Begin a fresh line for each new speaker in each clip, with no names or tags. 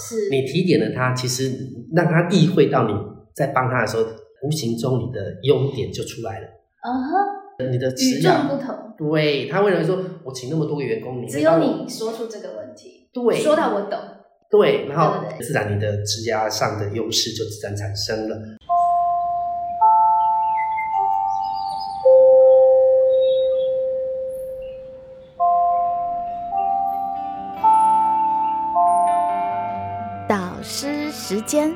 是
你提点了他，其实让他意会到你在帮他的时候，无形中你的优点就出来了。
嗯哼，
你的
与
职
众
业，
不同。
对他为什么说我请那么多个员工，你
只
会帮
有
我
你说出这个问题，
对
说到我懂。
对，然后
对对对
自然你的职涯上的优势就自然产生了。
导师时间。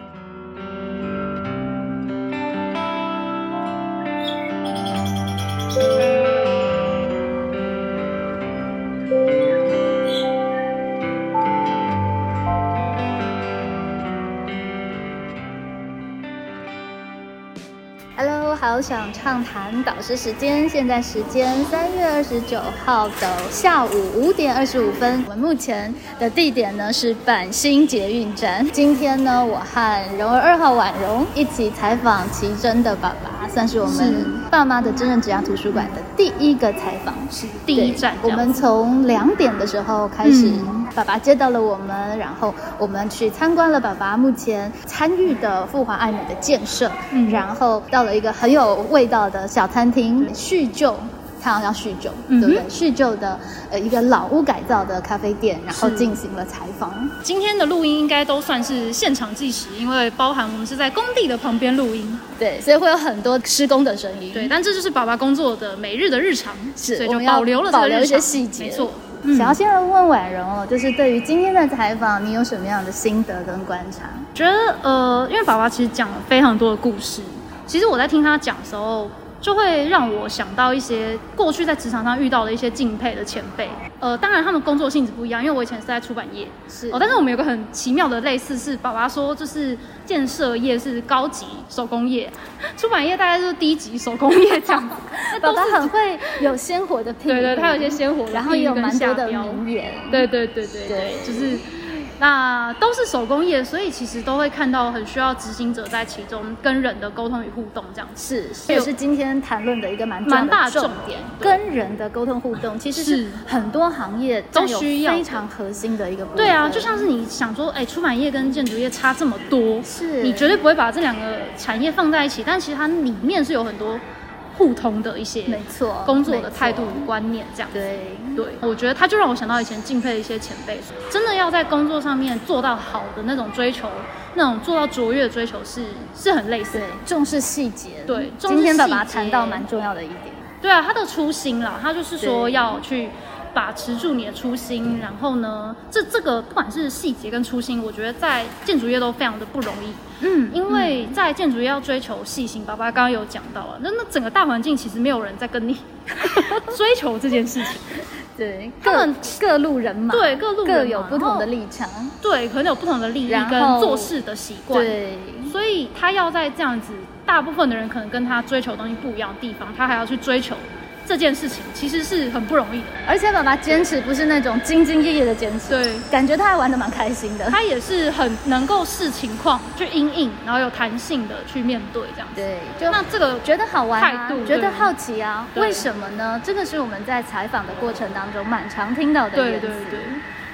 Hello，好想畅谈导师时间，现在时间三月二十九号的下午五点二十五分。我们目前的地点呢是板新捷运站。今天呢，我和荣儿二号婉容一起采访奇珍的爸爸，算是我
是
们爸妈的真人职涯图书馆的第一个采访。
是第一站这
我
样
们
子，
从两点的时候开始，
嗯
爸爸接到了我们，然后我们去参观了爸爸目前参与的富华爱美的建设，
嗯
然后到了一个很有味道的小餐厅叙旧。它好像叙旧，
嗯
对
哼
不对？叙旧的呃一个老屋改造的咖啡店，然后
是
进行了采访。
今天的录音应该都算是现场计时，因为包含我们是在工地的旁边录音。
对，所以会有很多施工的声音。
对，但这就是爸爸工作的每日的日常，
是
所以
我
就
们要
保留了这个
保留
日
一些
常
细节
没错，嗯
想要先来问婉容哦，就是对于今天的采访，你有什么样的心得跟观察？
觉得呃，因为爸爸其实讲了非常多的故事，其实我在听他讲的时候，就会让我想到一些过去在职场上遇到的一些敬佩的前辈。呃，当然他们工作性质不一样，因为我以前是在出版业，
是
哦，但是我们有个很奇妙的类似是，爸爸说就是建设业是高级手工业， 出版业大概就是低级手工业这样 子。
爸爸很会有鲜活的品味，
对对，他有一些鲜活的地域跟下标，
然后也有蛮多的名言，
对对对对对，就是那都是手工业，所以其实都会看到很需要执行者在其中跟人的沟通与互动这样子。
是，这也是今天谈论的一个蛮重要
蛮大
的
的重
重点
点，
跟人的沟通互动，其实是
是
很多行业
都
占有
需要的
非常核心的一个部分。
对啊，就像是你想说，哎，出版业跟建筑业差这么多，
是
你绝对不会把这两个产业放在一起，但其实它里面是有很多互通的一些
没错，
工作
没
的
错
态度与观念这样子。
对。
对，我觉得他就让我想到以前敬佩的一些前辈，真的要在工作上面做到好的那种追求，那种做到卓越的追求是是很类似
对
的。，
重视细节。
对重视
今天爸爸
细节
谈到蛮重要的一点，
对啊，他的初心啦，他就是说
对
要去把持住你的初心，然后呢，这这个不管是细节跟初心，我觉得在建筑业都非常的不容易，
嗯，
因为在建筑业要追求细心，爸爸刚刚有讲到了，那那整个大环境其实没有人在跟你 追求这 件事情，
对，
他
各
们
各路人马，
对，各路人哦
各
嘛
有不同的，
然后
立场，
对，可能有不同的利益
然后
跟做事的习惯，
对，
所以他要在这样子，大部分的人可能跟他追求的东西不一样的地方，他还要去追求这件事情，其实是很不容易的。
而且爸爸坚持不是那种兢兢业业的坚持，
对，
感觉他还玩的蛮开心的。
他也是很能够视情况去因应，然后有弹性的去面对这样子。
对，就
那这个
觉得好玩啊
态度，
觉得
对
好奇啊，
对
为什么呢？这个是我们在采访的过程当中蛮常听到的
对
言
对
辞
对，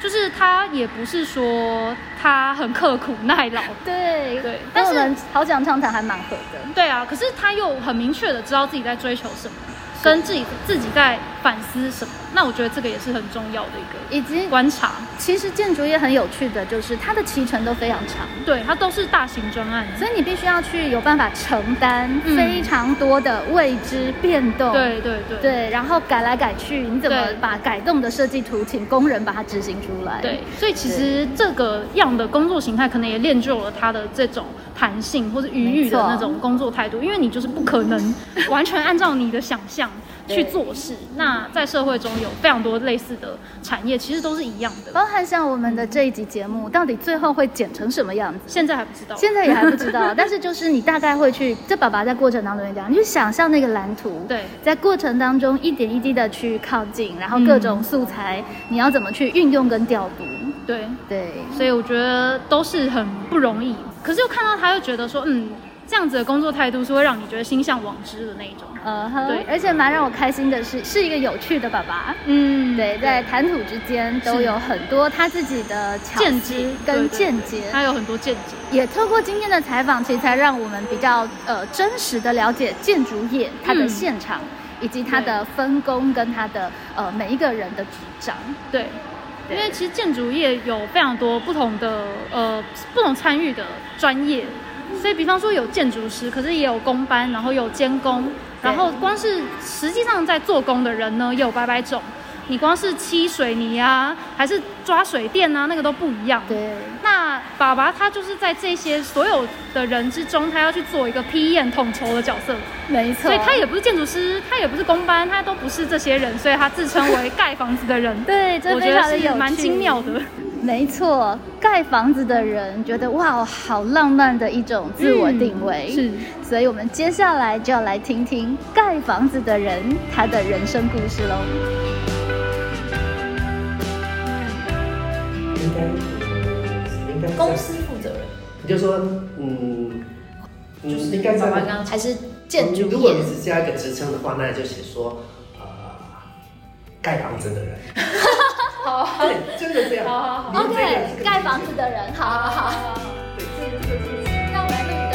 就是他也不是说他很刻苦耐劳，
对
对
但
但
是
是
我们好讲畅谈还蛮合的，
对啊，可是他又很明确的知道自己在追求什么，跟自己自己在反思什么。那我觉得这个也是很重要的一
以及
个观察。
其实建筑业很有趣的就是它的期程都非常长。
对，它都是大型专案，
所以你必须要去有办法承担
嗯
非常多的未知变动，
对对对
哦对，然后改来改去，你怎么
对
把改动的设计图请工人把它执行出来？
对，所以其实这个样的工作形态，可能也练就了他的这种弹性或者余裕的
没错
那种工作态度，因为你就是不可 能完全按照你的想象去做事。那在社会中有非常多类似的产业，其实都是一样的。
包含像我们的这一集节目，到底最后会剪成什么样子？
现在还不知道，
现在也还不知道，但是就是你大概会去，这爸爸在过程当中也讲，你去想象那个蓝图，
对
在过程当中一点一滴的去靠近，然后各种素材、你要怎么去运用跟调度，
对，
对，
所以我觉得都是很不容易。可是又看到他，又觉得说，嗯，这样子的工作态度是会让你觉得心向往之的那一种。
呃哼，
对
而且蛮让我开心的是，是一个有趣的爸爸。
嗯
对，在谈吐之间都
是
有很多他自己的巧
见
思
解
跟
对对
见
对
解，
他有很多见解。
也透过今天的采访，其实才让我们比较呃真实的了解建筑业它的
嗯
现场，以及它的分工跟它的呃每一个人的主张。
对，
对
因为其实建筑业有非常多不同的呃不同参与的专业，所以比方说有建筑师，可是也有工班，然后有监工，
对
然后光是实际上在做工的人呢，也有百百种。你光是漆水泥啊，还是抓水电啊，那个都不一样。
对，
那爸爸他就是在这些所有的人之中，他要去做一个批验统筹的角色，
没错。
所以他也不是建筑师，他也不是工班，他都不是这些人，所以他自称为盖房子的人。
对，这
我觉
非
得
常的
是
有
蛮
趣
精妙的。
没错，盖房子的人觉得哇，好浪漫的一种自我定位。
嗯是，
所以我们接下来就要来听听盖房子的人他的人生故事喽。
应该嗯应该在
公司负责人
你就说嗯，嗯，应该
爸
在
爸刚刚还是建筑
嗯如果
业
你，只加一个职称的话，那就写说呃，盖房子的人。
好
对，真的这样。
好好
你这个是个
盖房子的人，好好好。
对
让我来录一段。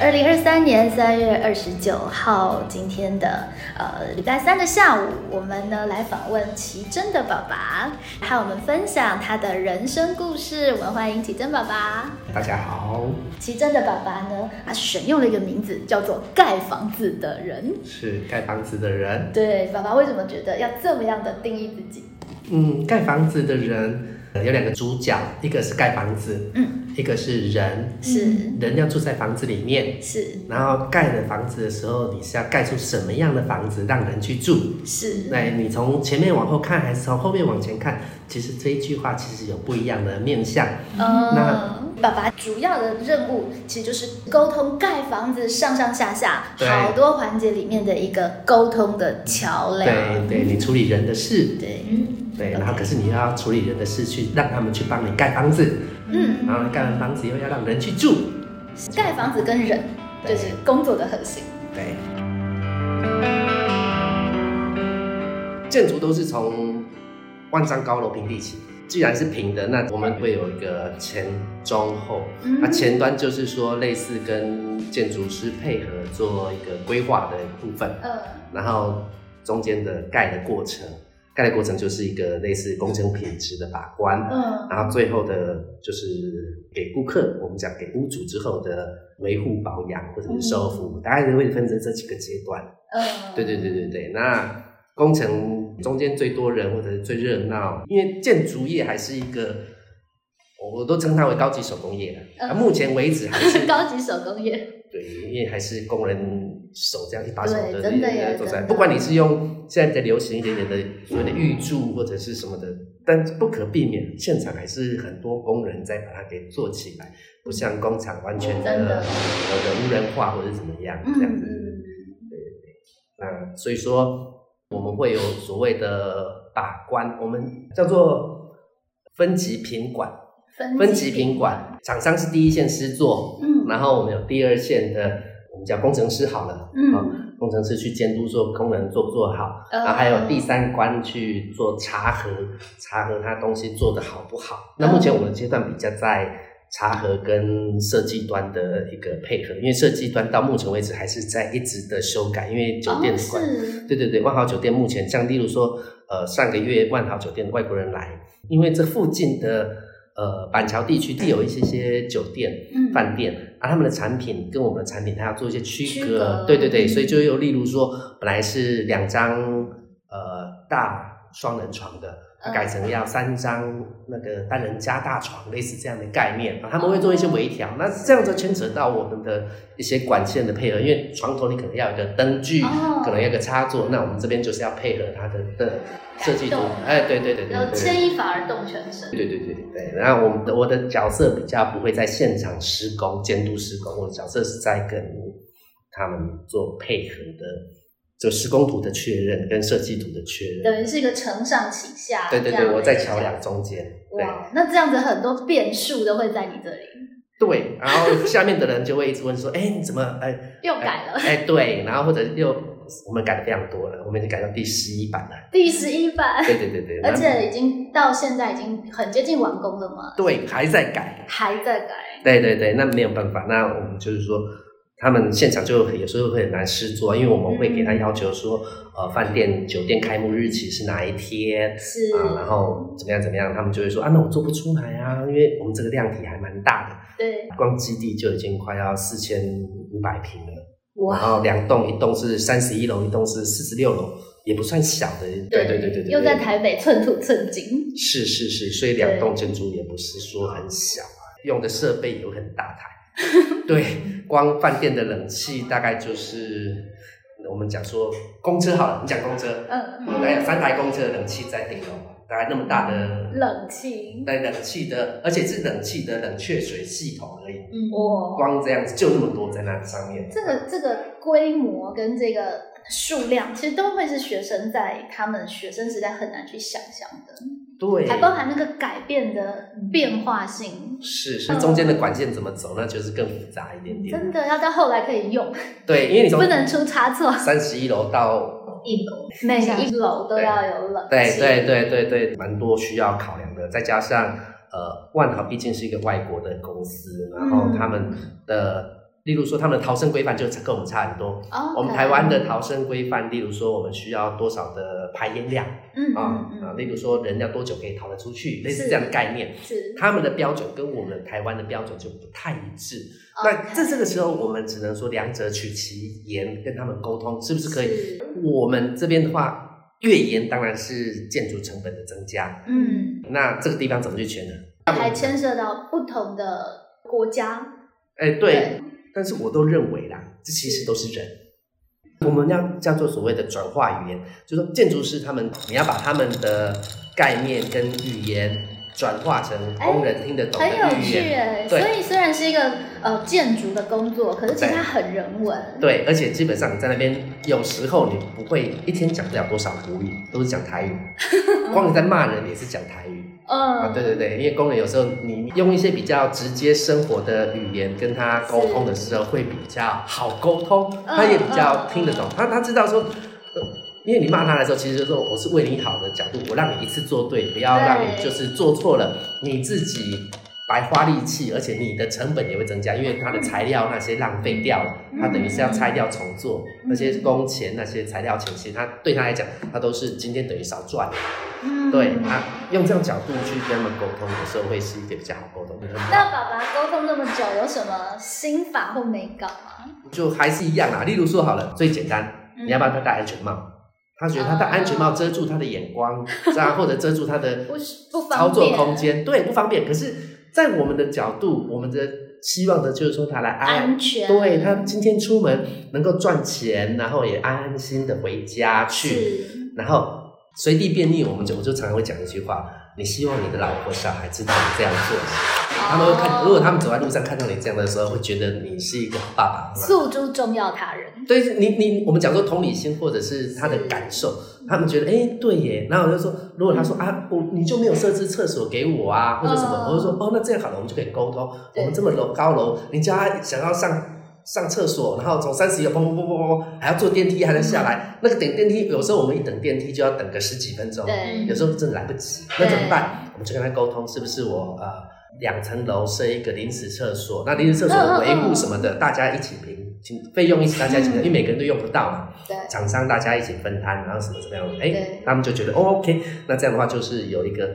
二零二三年三月二十九号，今天的呃礼拜三的下午，我们呢来访问奇珍的爸爸，和我们分享他的人生故事。我们欢迎奇珍爸爸。
大家好，
奇珍的爸爸呢，他选用了一个名字叫做“盖房子的人
是盖房子的人”。。
对，爸爸为什么觉得要这么样的定义自己？
嗯，盖房子的人呃有两个主角，一个是盖房子，
嗯，
一个是人。
是
人要住在房子里面，
是
然后盖了房子的时候，你是要盖出什么样的房子让人去住？
是，
那你从前面往后看，还是从后面往前看？其实这一句话其实有不一样的面向。那
嗯，爸爸主要的任务其实就是沟通盖房子上上下下
对
好多环节里面的一个沟通的桥梁。
对对，你处理人的事，
对，
对，
OK
然后可是你要处理人的事，去让他们去帮你盖房子，
嗯，
然后盖完房子以后要让人去住，
盖房子跟人
对
就是工作的核心。
对。建筑都是从万丈高楼平地起，既然是平的，那我们会有一个前中后。
嗯
那、前端就是说类似跟建筑师配合做一个规划的部分，
呃，
然后中间的盖的过程，盖的过程就是一个类似工程品质的把关。
嗯，
然后最后的就是给顾客，我们讲给屋主之后的维护保养或者是售后服务，大概会分成这几个阶段。
嗯，
对对对对对，那工程中间最多人或者是最热闹，因为建筑业还是一个，我我都称它为高级手工业了。
嗯
啊，目前为止还是
高级手工业。
对，因为还是工人手这样一把手
对
的
真的耶
做出来，
真
不
的
管你是用现在的流行一点点的所谓的预祝或者是什么的，但不可避免，现场还是很多工人在把它给做起来，不像工厂完全的
真的
呃人无人化或者是怎么样
嗯
这样子。
嗯
那所以说我们会有所谓的把关，我们叫做分级品管。
嗯，
分级品管，厂商是第一线师做，
嗯
然后我们有第二线的，我们叫工程师好了，
嗯
啊工程师去监督做工人做不做好，
呃
然后还有第三关去做查核，查核他东西做得好不好。那目前我们的阶段比较在查核跟设计端的一个配合，因为设计端到目前为止还是在一直的修改，因为酒店
哦
的关
是，
对对对，万豪酒店目前像例如说，呃，上个月万豪酒店外国人来，因为这附近的呃板桥地区既有一些些酒店、
嗯
饭店，啊，他们的产品跟我们的产品，它要做一些区
区隔
隔，对对对，
嗯
所以就有例如说，本来是两张呃大双人床的。
嗯
改成要三张那个单人加大床，类似这样的概念，啊他们会做一
哦
些微调。那这样就牵扯到我们的一些管线的配合，因为床头你可能要有一个灯具，
哦
可能要一个插座，那我们这边就是要配合它的的设计图
改动，
哎，对对对对
然后
对。
牵一发而动全身。
对对对对，然后我们的我的角色比较不会在现场施工监督施工，我的角色是在跟他们做配合的就施工图的确认跟设计图的确认。
等于是一个承上启下。
对对
这样
对，
的
我在
一个
桥梁中间。对
哇，那这样子很多变数都会在你这里，
对，然后下面的人就会一直问说：“哎，你怎么哎
又改了、
哎对？”然后或者又我们改的非常多了，我们已经改到第十一版了。
第十一版，
对对对对，
而
然后
且已经到现在已经很接近完工了嘛，
对还在改。
还在改。
对对对，那没有办法，那我们就是说，他们现场就有时候会很难施作，因为我们会给他要求说，呃，饭店、酒店开幕日期是哪一天
是，
啊，然后怎么样怎么样，他们就会说啊，那我做不出来啊，因为我们这个量体还蛮大的，
对，
光基地就已经快要四千五百平了，然，后两栋，一栋是三十一楼，一栋是四十六楼，也不算小的，对对对对对，
又在
对
台北寸土寸金，
是是是，所以两栋建筑也不是说很小啊，用的设备有很大 台。对，光饭店的冷气大概就是我们讲说公车好了，你讲公车，
嗯，
大概有三台公车的冷气在顶楼，大概那么大的
冷清，
那冷气的，而且是冷气的冷却水系统而已，
嗯，
哇，
光这样子就那么多在那上面。
这个这个规模跟这个数量，其实都会是学生在他们学生时代很难去想象的，
对，
还包含那个改变的变化性，
是是中间的管线怎么走，那就是更复杂一点点。
嗯真的要到后来可以用，
嗯对，因为你从
不能出差错，
三十一楼到
一楼
每一楼都要有冷
对
气，
对对对对，蛮多需要考量的，再加上呃，万豪毕竟是一个外国的公司，然后他们
嗯
的，例如说他们的逃生规范就跟我们差很多。
OK，
我们台湾的逃生规范，例如说我们需要多少的排烟量
嗯
啊啊、
嗯嗯
例如说人要多久可以逃得出去，类似
是
这样的概念。
是
他们的标准跟我们台湾的标准就不太一致。
OK
那在这个时候，我们只能说两者取其言，跟他们沟通是不是可以
是？
我们这边的话，越严当然是建筑成本的增加，
嗯，
那这个地方怎么去权衡？
还牵涉到不同的国家，
哎，对，但是我都认为啦，这其实都是人。我们要叫做所谓的转化语言，就是说建筑师他们，你要把他们的概念跟语言转化成工人听得懂的
很有
语
趣
言。
哎。所
嗯对
以虽然是一个呃建筑的工作，可是其实
对
它很人文，
对，而且基本上你在那边，有时候你不会一天讲不了多少国语，都是讲台语。光你在骂人也是讲台语啊，
嗯，
对对对，因为工人有时候你用一些比较直接生活的语言跟他沟通的时候，会比较好沟通，
嗯
他也比较
嗯
听得懂，他他知道说。呃因为你骂他的时候，其实就是说我是为你好的角度，我让你一次做对，不要让你
对
就是做错了，你自己白花力气，而且你的成本也会增加，因为它的材料那些浪费掉了，
嗯
它等于是要拆掉重做，那些工钱、那些材料钱，其实他对他来讲，他都是今天等于少赚了。
嗯
对啊，用这样角度去跟他们沟通的时候，会是一个比较好沟通的。
那爸爸沟通那么久，有什么心法或美感吗？
就还是一样啊啦，例如说好了，最简单，
嗯
你要不要他戴安全帽？他觉得他戴安全帽遮住他的眼光，这样或者遮住他的
哦 不是不方便
操作空间，对，不方便。可是，在我们的角度，我们的希望的就是说他来安。
安啊全，
对他今天出门能够赚钱，然后也安安心的回家去，
是
然后随地便利。我们就我就常常会讲一句话：你希望你的老婆小孩知道你这样做，他们会看，如果他们走在路上看到你这样的时候，会觉得你是一个爸爸妈妈。
诉诸重要他人，
对你，你我们讲说同理心或者是他的感受，
嗯
他们觉得哎、诶对耶。然后我就说，如果他说啊，我你就没有设置厕所给我啊，或者什么，
嗯
我就说哦，那这样好了，我们就可以沟通。
对
我们这么楼高楼，你叫他想要上上厕所，然后从三十一楼砰砰砰砰砰，还要坐电梯，还能下来。那个等电梯，有时候我们一等电梯就要等个十几分
嗯
钟，
对，
有时候真的来不及，
对
那怎么办？我们就跟他沟通，是不是我呃两层楼设一个临时厕所？那临时厕所
嗯
的维护什么的，大家一起平，请费用一起大家一
嗯
起，因为每个人都用不到嘛，
对，
厂商大家一起分摊，然后什么怎么样？哎
对，
他们就觉得哦 OK，那这样的话就是有一个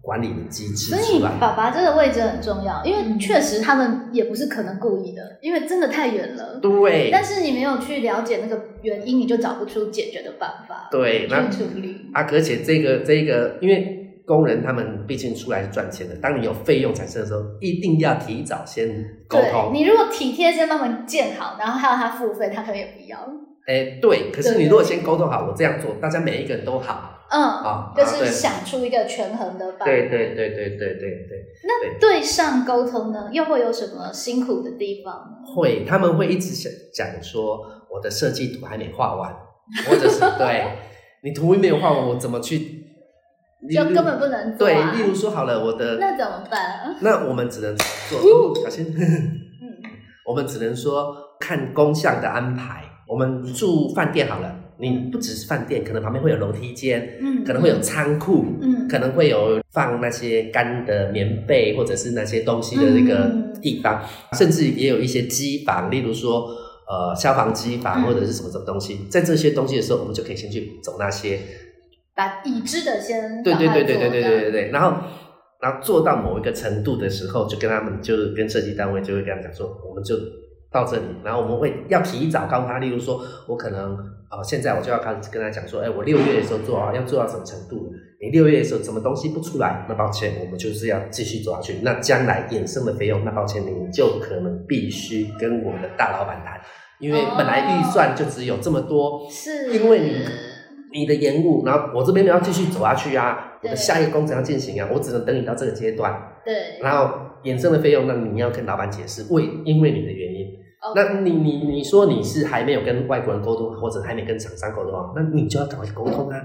管理的机制
所以
出来。
爸爸这个位置很重要，因为确实他们也不是可能故意的，因为真的太远了。
对
但是你没有去了解那个原因，你就找不出解决的办法去
对，那
处理。
啊，而且这个这个，因为工人他们毕竟出来是赚钱的，当你有费用产生的时候，一定要提早先沟
对
通。
你如果体贴先帮忙建好，然后还有他付费，他可能也不要。
哎，对，可是
对
你如果先沟通好，我这样做，大家每一个人都好
嗯，
啊，
就
啊
是想出一个权衡的办法。
对对对对对对对对，
那对上沟通呢，又会有什么辛苦的地方呢？
会他们会一直想讲说我的设计图还没画完，或者是对你图文没有画完，我怎么去？
就
例如
根本不能做
对
啊，
例如说好了，我的
那怎么办？
那我们只能做，嗯小心。
嗯
我们只能说看工项的安排。我们住饭店好了，你不只是饭店，可能旁边会有楼梯间，
嗯
可能会有仓库，
嗯
可能会有放那些干的棉被或者是那些东西的那个
嗯
地方，甚至也有一些机房，例如说呃消防机房
嗯
或者是什么什么东西。在这些东西的时候，我们就可以先去走那些
把已知的先
对对对对对对对
对，
对对，然后然后做到某一个程度的时候，就跟他们就是跟设计单位就会跟他们讲说，我们就到这里，然后我们会要提早告诉他，例如说我可能啊、呃现在我就要开始跟他讲说，哎，我六月的时候做啊，要做到什么程度？你六月的时候什么东西不出来，那抱歉，我们就是要继续走下去。那将来衍生的费用，那抱歉，你就可能必须跟我们的大老板谈，因为本来预算就只有这么多，
是
因为你你的延误，然后我这边没有要继续走下去啊，我
对
的下一个工程要进行啊，我只能等你到这个阶段，
对，
然后衍生的费用，那你要跟老板解释为因为你的原因。那你你你说你是还没有跟外国人沟通，或者还没跟厂商沟通啊，那你就要赶快沟通啊。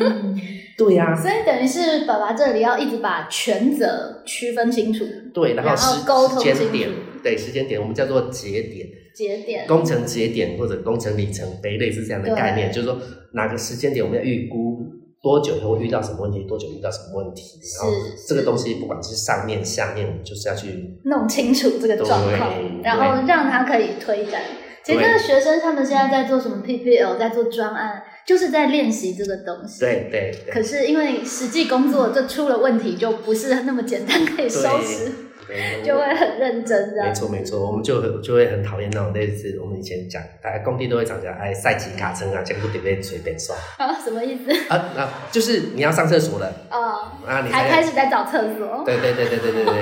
嗯
对啊呀、
所以等于是爸爸这里要一直把权责区分清楚，
对，然
然
后
后
时
沟通
时间
清
点
楚，
对时间点，我们叫做节点，
节点，
工程节点或者工程里程碑，类似这样的概念，就是说哪个时间点我们要预估多久以后会遇到什么问题，多久遇到什么问题，然后
是
这个东西不管是上面下面，我们就是要去
弄清楚这个状况，
对
然后让他可以推展。其实
对
那个学生他们现在在做什么 PPL，在做专案，就是在练习这个东西。。
对对
可
对
是因为实际工作就出了问题，就不是那么简单可以收拾，
对，
就会很认真这样
没。错没错，我们就很就会很讨厌那种类似我们以前讲，大家工地都会讲讲，哎，赛级卡称啊，全部得被随便刷
啊，什么意思？
啊啊，就是你要上厕所了
哦，
啊，你才
还开始在找厕所，
对对对对对对对。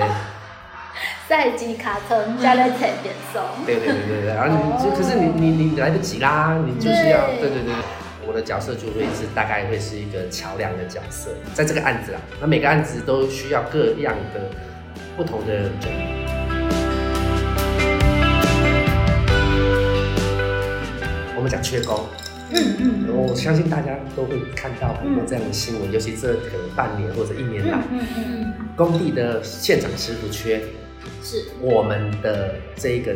赛季卡层加在踩边松。
对对对对对，然后你就
哦
可是你你你来不及啦，你就是要
对
对对对。我的角色就会是大概会是一个桥梁的角色，在这个案子啊，那每个案子都需要各样的不同的人。我们讲缺工，
嗯嗯
我相信大家都会看到很多这样的新闻，尤其这可能半年或者一年来
嗯，嗯嗯，
嗯，
工地的现场师傅缺，
是
我们的这一个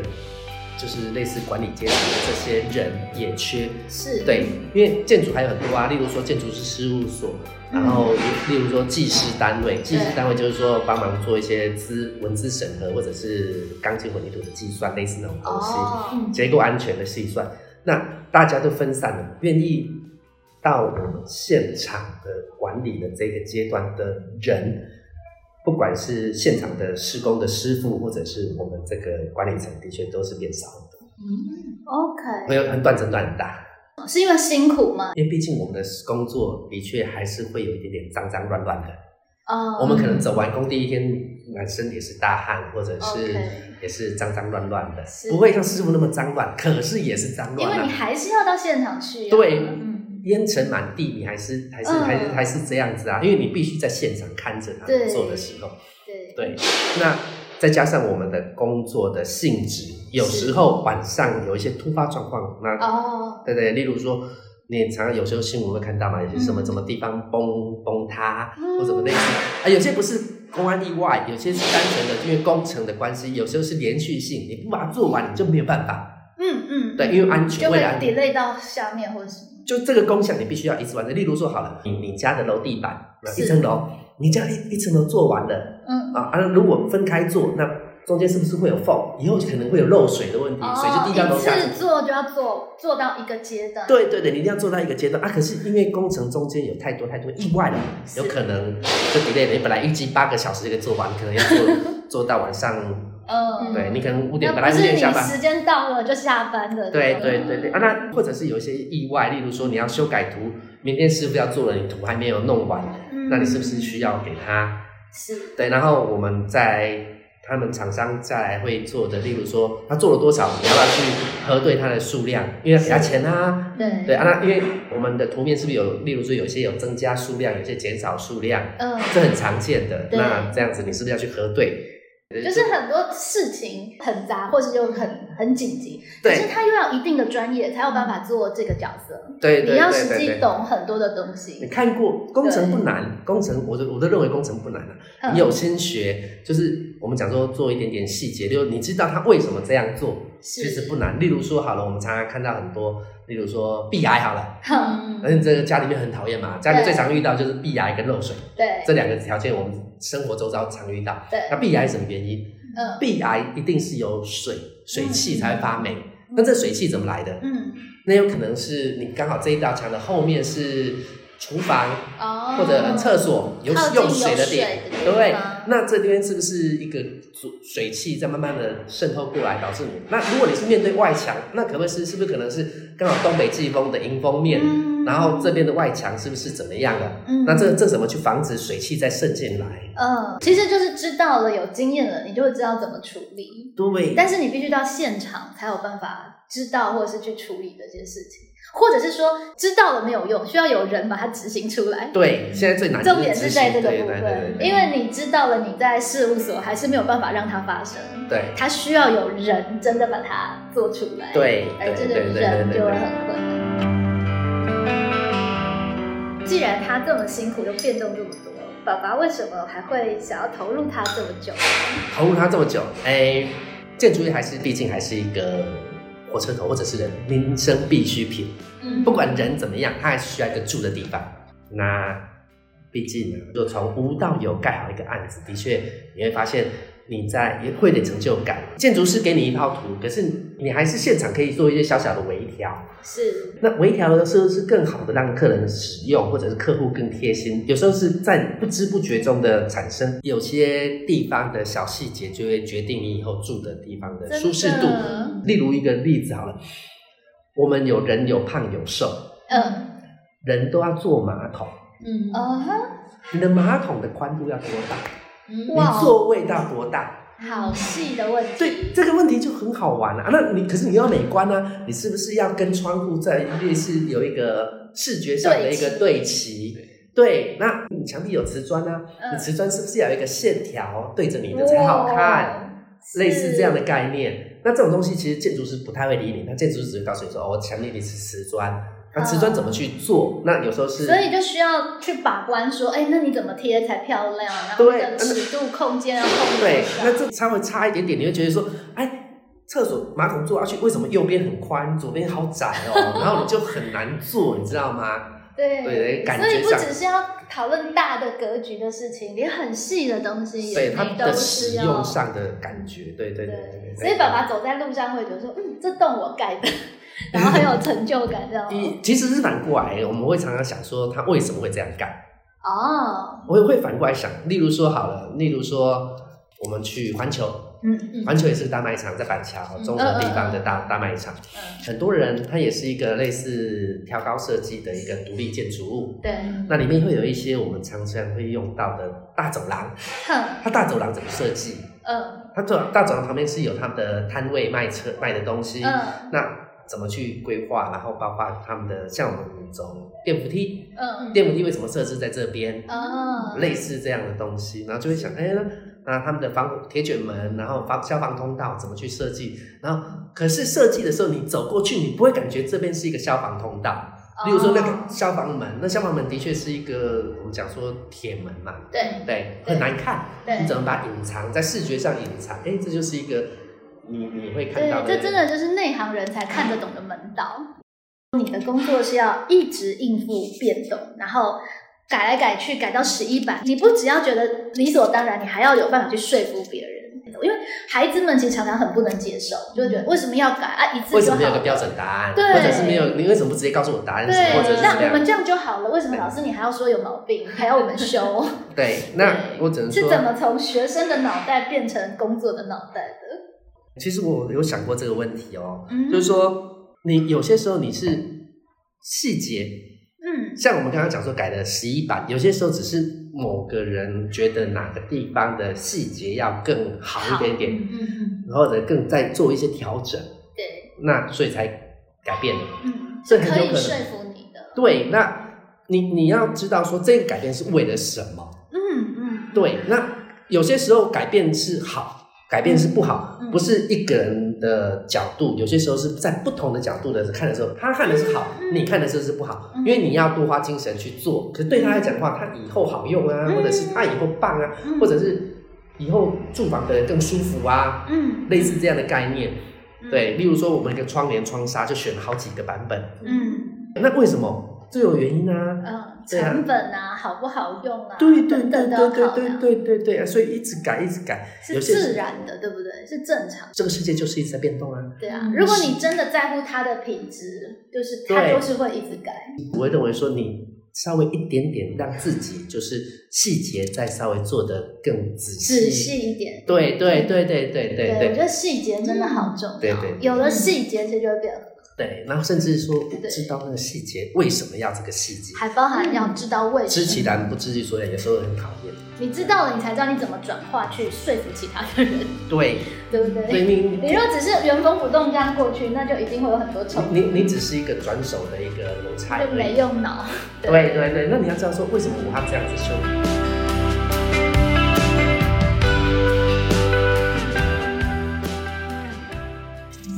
就是类似管理阶层的这些人也缺，
是，
对，因为建筑还有很多啊，例如说建筑师事务所，然后例如说技师单位，技师单位就是说帮忙做一些资文字审核或者是钢筋混凝土的计算，类似那种东西。
哦，
结构安全的计算，那大家都分散了，愿意到我们现场的管理的这个阶段的人，不管是现场的施工的师傅，或者是我们这个管理层，的确都是变少的，
，OK，
没有很断层断很
嗯
大，
是因为辛苦吗？
因为毕竟我们的工作的确还是会有一点点脏脏乱乱的，
哦，
我们可能走完工地一天，满身也是大汗，或者是
OK
也是脏脏乱乱的
是，
不会像师傅那么脏乱，可是也是脏
因
乱、啊，
为你还是要到现场去、啊。
对
嗯
烟尘满地，你还是还是、
嗯
还是还是这样子啊，因为你必须在现场看着他
对
们做的时候，
对，
对，那再加上我们的工作的性质，有时候晚上有一些突发状况，那、
哦，
对对，例如说。你也常常有时候新闻会看到嘛，有些什么什么地方崩崩塌
嗯
或什么类似啊，有些不是公安意外，有些是单纯的因为工程的关系，有时候是连续性，你不把它做完你就没有办法，
嗯嗯，
对，因为安全
就会
未来
delay 到下面或者什么。
就这个工项你必须要一直完成。例如说好了，你你家的楼地板那
是
一层楼，你家一一层楼做完了
嗯，
啊，啊，如果分开做，那中间是不是会有缝？以后可能会有漏水的问题，水就滴到楼下
哦一
去。
次做就要做做到一个阶段。，
对对对，你一定要做到一个阶段啊！可是因为工程中间有太多太多意外了，
是
有可能就 delay 了。你本来预计八个小时就可以做完， 可能要做做到晚上，
嗯，
对你可能五点
那
本来五
不是
点
你
下班，
时间到了就下班的。
对对对对啊，那或者是有一些意外，例如说你要修改图，明天师傅要做了，你图还没有弄完，
嗯
那你是不是需要给他？
是
对，然后我们在他们厂商再来会做的，例如说他做了多少，你要不要去核对它的数量，因为要给他钱啊。
对
对啊，那因为我们的图面是不是有，例如说有些有增加数量，有些减少数量，
嗯，
这很常见的。
对
那这样子你是不是要去核对？
就是很多事情很杂，或者又很很
很紧急，可
对
是他又要一定的专业才有办法做这个角色，
对对
你
对
要
对
实
对
际
对。
懂很多的东
你
西。
看过工程不难，工程我都我都认为工程不难啊。
嗯
你有先学，就是我们讲说做一点点细节，就是你知道他为什么这样做，
是
其 实不难。例如说好了，我们常常看到很多，例如说壁癌好了，
哼，
而且这个家里面很讨厌嘛，家里
对
最常遇到就是壁癌跟漏水
对
这两个条件，我们生活周遭常遇到。
对
那，壁癌是什么原因？
嗯
壁癌一定是由水水汽才会发霉，那这水汽怎么来的？
嗯，
那有可能是你刚好这一道墙的后面是厨房。
哦，
或者厕所有
靠近
用水的点，
有水的地
对不对
方？
那这边是不是一个水水汽在慢慢的渗透过来，导致你？那如果你是面对外墙，那可不可以是是不是可能是刚好东北季风的迎风面，
嗯
然后这边的外墙是不是怎么样了？
嗯
那这这怎么去防止水汽再渗进来？
嗯，其实就是知道了有经验了，你就会知道怎么处理。
对，
但是你必须到现场才有办法知道或者是去处理这件事情，或者是说知道了没有用，需要有人把它执行出来。
对，现在最难
重点
就是是
在这
执行
个
对
部
对对
分，
对
因为你知道了你在事务所还是没有办法让它发生，
对
它需要有人真的把它做出来。
对
而
对
哎这
对
个
对对对
人
对
就会
对。
很困难。既然他这么辛苦，又变动这么多，爸爸为什么还会想要投入他这么久？
投入它这么久，哎、建筑业还是毕竟还是一个火车头或者是人民生必需品。
嗯
不管人怎么样，他还需要一个住的地方。那毕竟呢，就从无到有盖好一个案子，的确你会发现你在也会有点成就感。建筑师给你一套图，可是你还是现场可以做一些小小的微调。
是
那微调的时候是更好的让客人使用，或者是客户更贴心。有时候是在不知不觉中的产生，有些地方的小细节就会决定你以后住的地方的舒适度
真。的
例如一个例子好了，我们有人有胖有瘦，
嗯
人都要坐马桶，
嗯哼。
你的马桶的宽度要多大？
哇
你座位到多大？
好细的问题。
对，这个问题就很好玩啊。那你可是你要美观啊，你是不是要跟窗户在类似有一个视觉上的一个对齐？对，那你墙壁有瓷砖啊，
嗯
你瓷砖是不是要有一个线条对着你的才好
哦
看？类似这样的概念。那这种东西其实建筑师不太会理你，那建筑师只会告诉你说：“哦，我墙壁里是瓷砖，那瓷砖怎么去做？”那有时候是
啊所以就需要去把关，说，哎、那你怎么贴才漂亮？然后
对
那个尺度、空间要控制
对，那
上。
这稍微差一点点，你会觉得说，哎，厕所马桶坐下去，为什么右边很宽，左边好窄哦？ 然后你就很难坐，你知道吗？
对
对感觉
所以不
上
只是要讨论大的格局的事情，连很细的东西
对
也
它
你
的
都
使
是要
用。上的感觉，对对
对
对对，对。
所以爸爸走在路上会觉得说，嗯，这栋我盖的，然后很有成就感，这样吗。
一其实是反过来，我们会常常想说，他为什么会这样干？
哦，
我也会反过来想，例如说好了，例如说我们去环球，
嗯嗯
环球也是个大卖场，在板桥中
嗯嗯
和地方的大大卖场，
嗯，
很多人他也是一个类似挑高设计的一个独立建筑物，
对，
那里面会有一些我们常常会用到的大走廊，
哼，
它大走廊怎么设计？
嗯
它走大走廊旁边是有他们的摊位卖车卖的东西，
嗯
那怎么去规划？然后包括他们的像我们走电扶梯，
嗯
电扶梯为什么设置在这边？
嗯，
类似这样的东西，然后就会想，哎、那他们的防铁卷门，然后防消防通道怎么去设计？然后可是设计的时候，你走过去，你不会感觉这边是一个消防通道。
哦
例如说那个消防门，那消防门的确是一个我们讲说铁门嘛，
对
对，
对
很难看，
对
你怎么把它隐藏在视觉上隐藏？哎，这就是一个你你会看
对
到，的，
这真的就是内行人才看得懂的门道。你的工作是要一直应付变动，然后改来改去，改到十一版。你不只要觉得理所当然，你还要有办法去说服别人。因为孩子们其实常常很不能接受，就会觉得为什么要改啊？一次
为
就
什
好
么没有个
了。
标准答案？
对
或者是没有你为什么不直接告诉我答案是什么？或者
对，
是
那
这
我们
样？
这样就好了。为什么老师你还要说有毛病，还要我们修？
对，那
对
我只能
是
说，
怎么从学生的脑袋变成工作的脑袋的？
其实我有想过这个问题哦，
嗯
就是说你有些时候你是细节
嗯
像我们刚刚讲说改的十一版，有些时候只是某个人觉得哪个地方的细节要更好一点点，
嗯嗯，
然后呢更再做一些调整，
对，
那所以才改变了。
嗯，
这很有
可以
可能
说服你的。
对，那你你要知道说这个改变是为了什么？
嗯嗯，
对，那有些时候改变是好，改变是不好
嗯，
不是一个人的角度，有些时候是在不同的角度的看的时候，他看的是好，
嗯
你看的是是不好，因为你要多花精神去做。可是对他来讲的话，他以后好用啊，
嗯
或者是他以后棒啊，或者是以后住房的人更舒服啊，
嗯
类似这样的概念。对，例如说我们一个窗帘窗纱就选了好几个版本，
嗯
那为什么？这有原因啊。
嗯，
对啊
成本啊，好不好用啊，
对对
等
对
等都
对
要
对
考
对
量，
对对对，所以一直改一直改，有
是
些
自然的，对不对？是正常的，
这个世界就是一直在变动啊。
对啊
嗯。
如果你真的在乎它的品质，就是它
对
就是会一直改，
我会认为说，你稍微一点点让自己就是细节再稍微做得更仔细。
仔细一点。
对对对对对对
对，我觉
对
得细节真的好重要。
对对对
有了细节，其实就会变好，
对，然后甚至说不
对
知道那个细节为什么要这个细节，
还包含要知道为什
知
么。
其然不知其所以然，有时候很讨厌。
你知道了，你才知道你怎么转化去说服其他的人，
对，
对不
所以
对？
你
你若只是原封不动这样过去，那就一定会有很多冲突，
你你只是一个转手的一个邮差而
就
已，
没用脑。
对对对，那你要知道说为什么我要这样子修。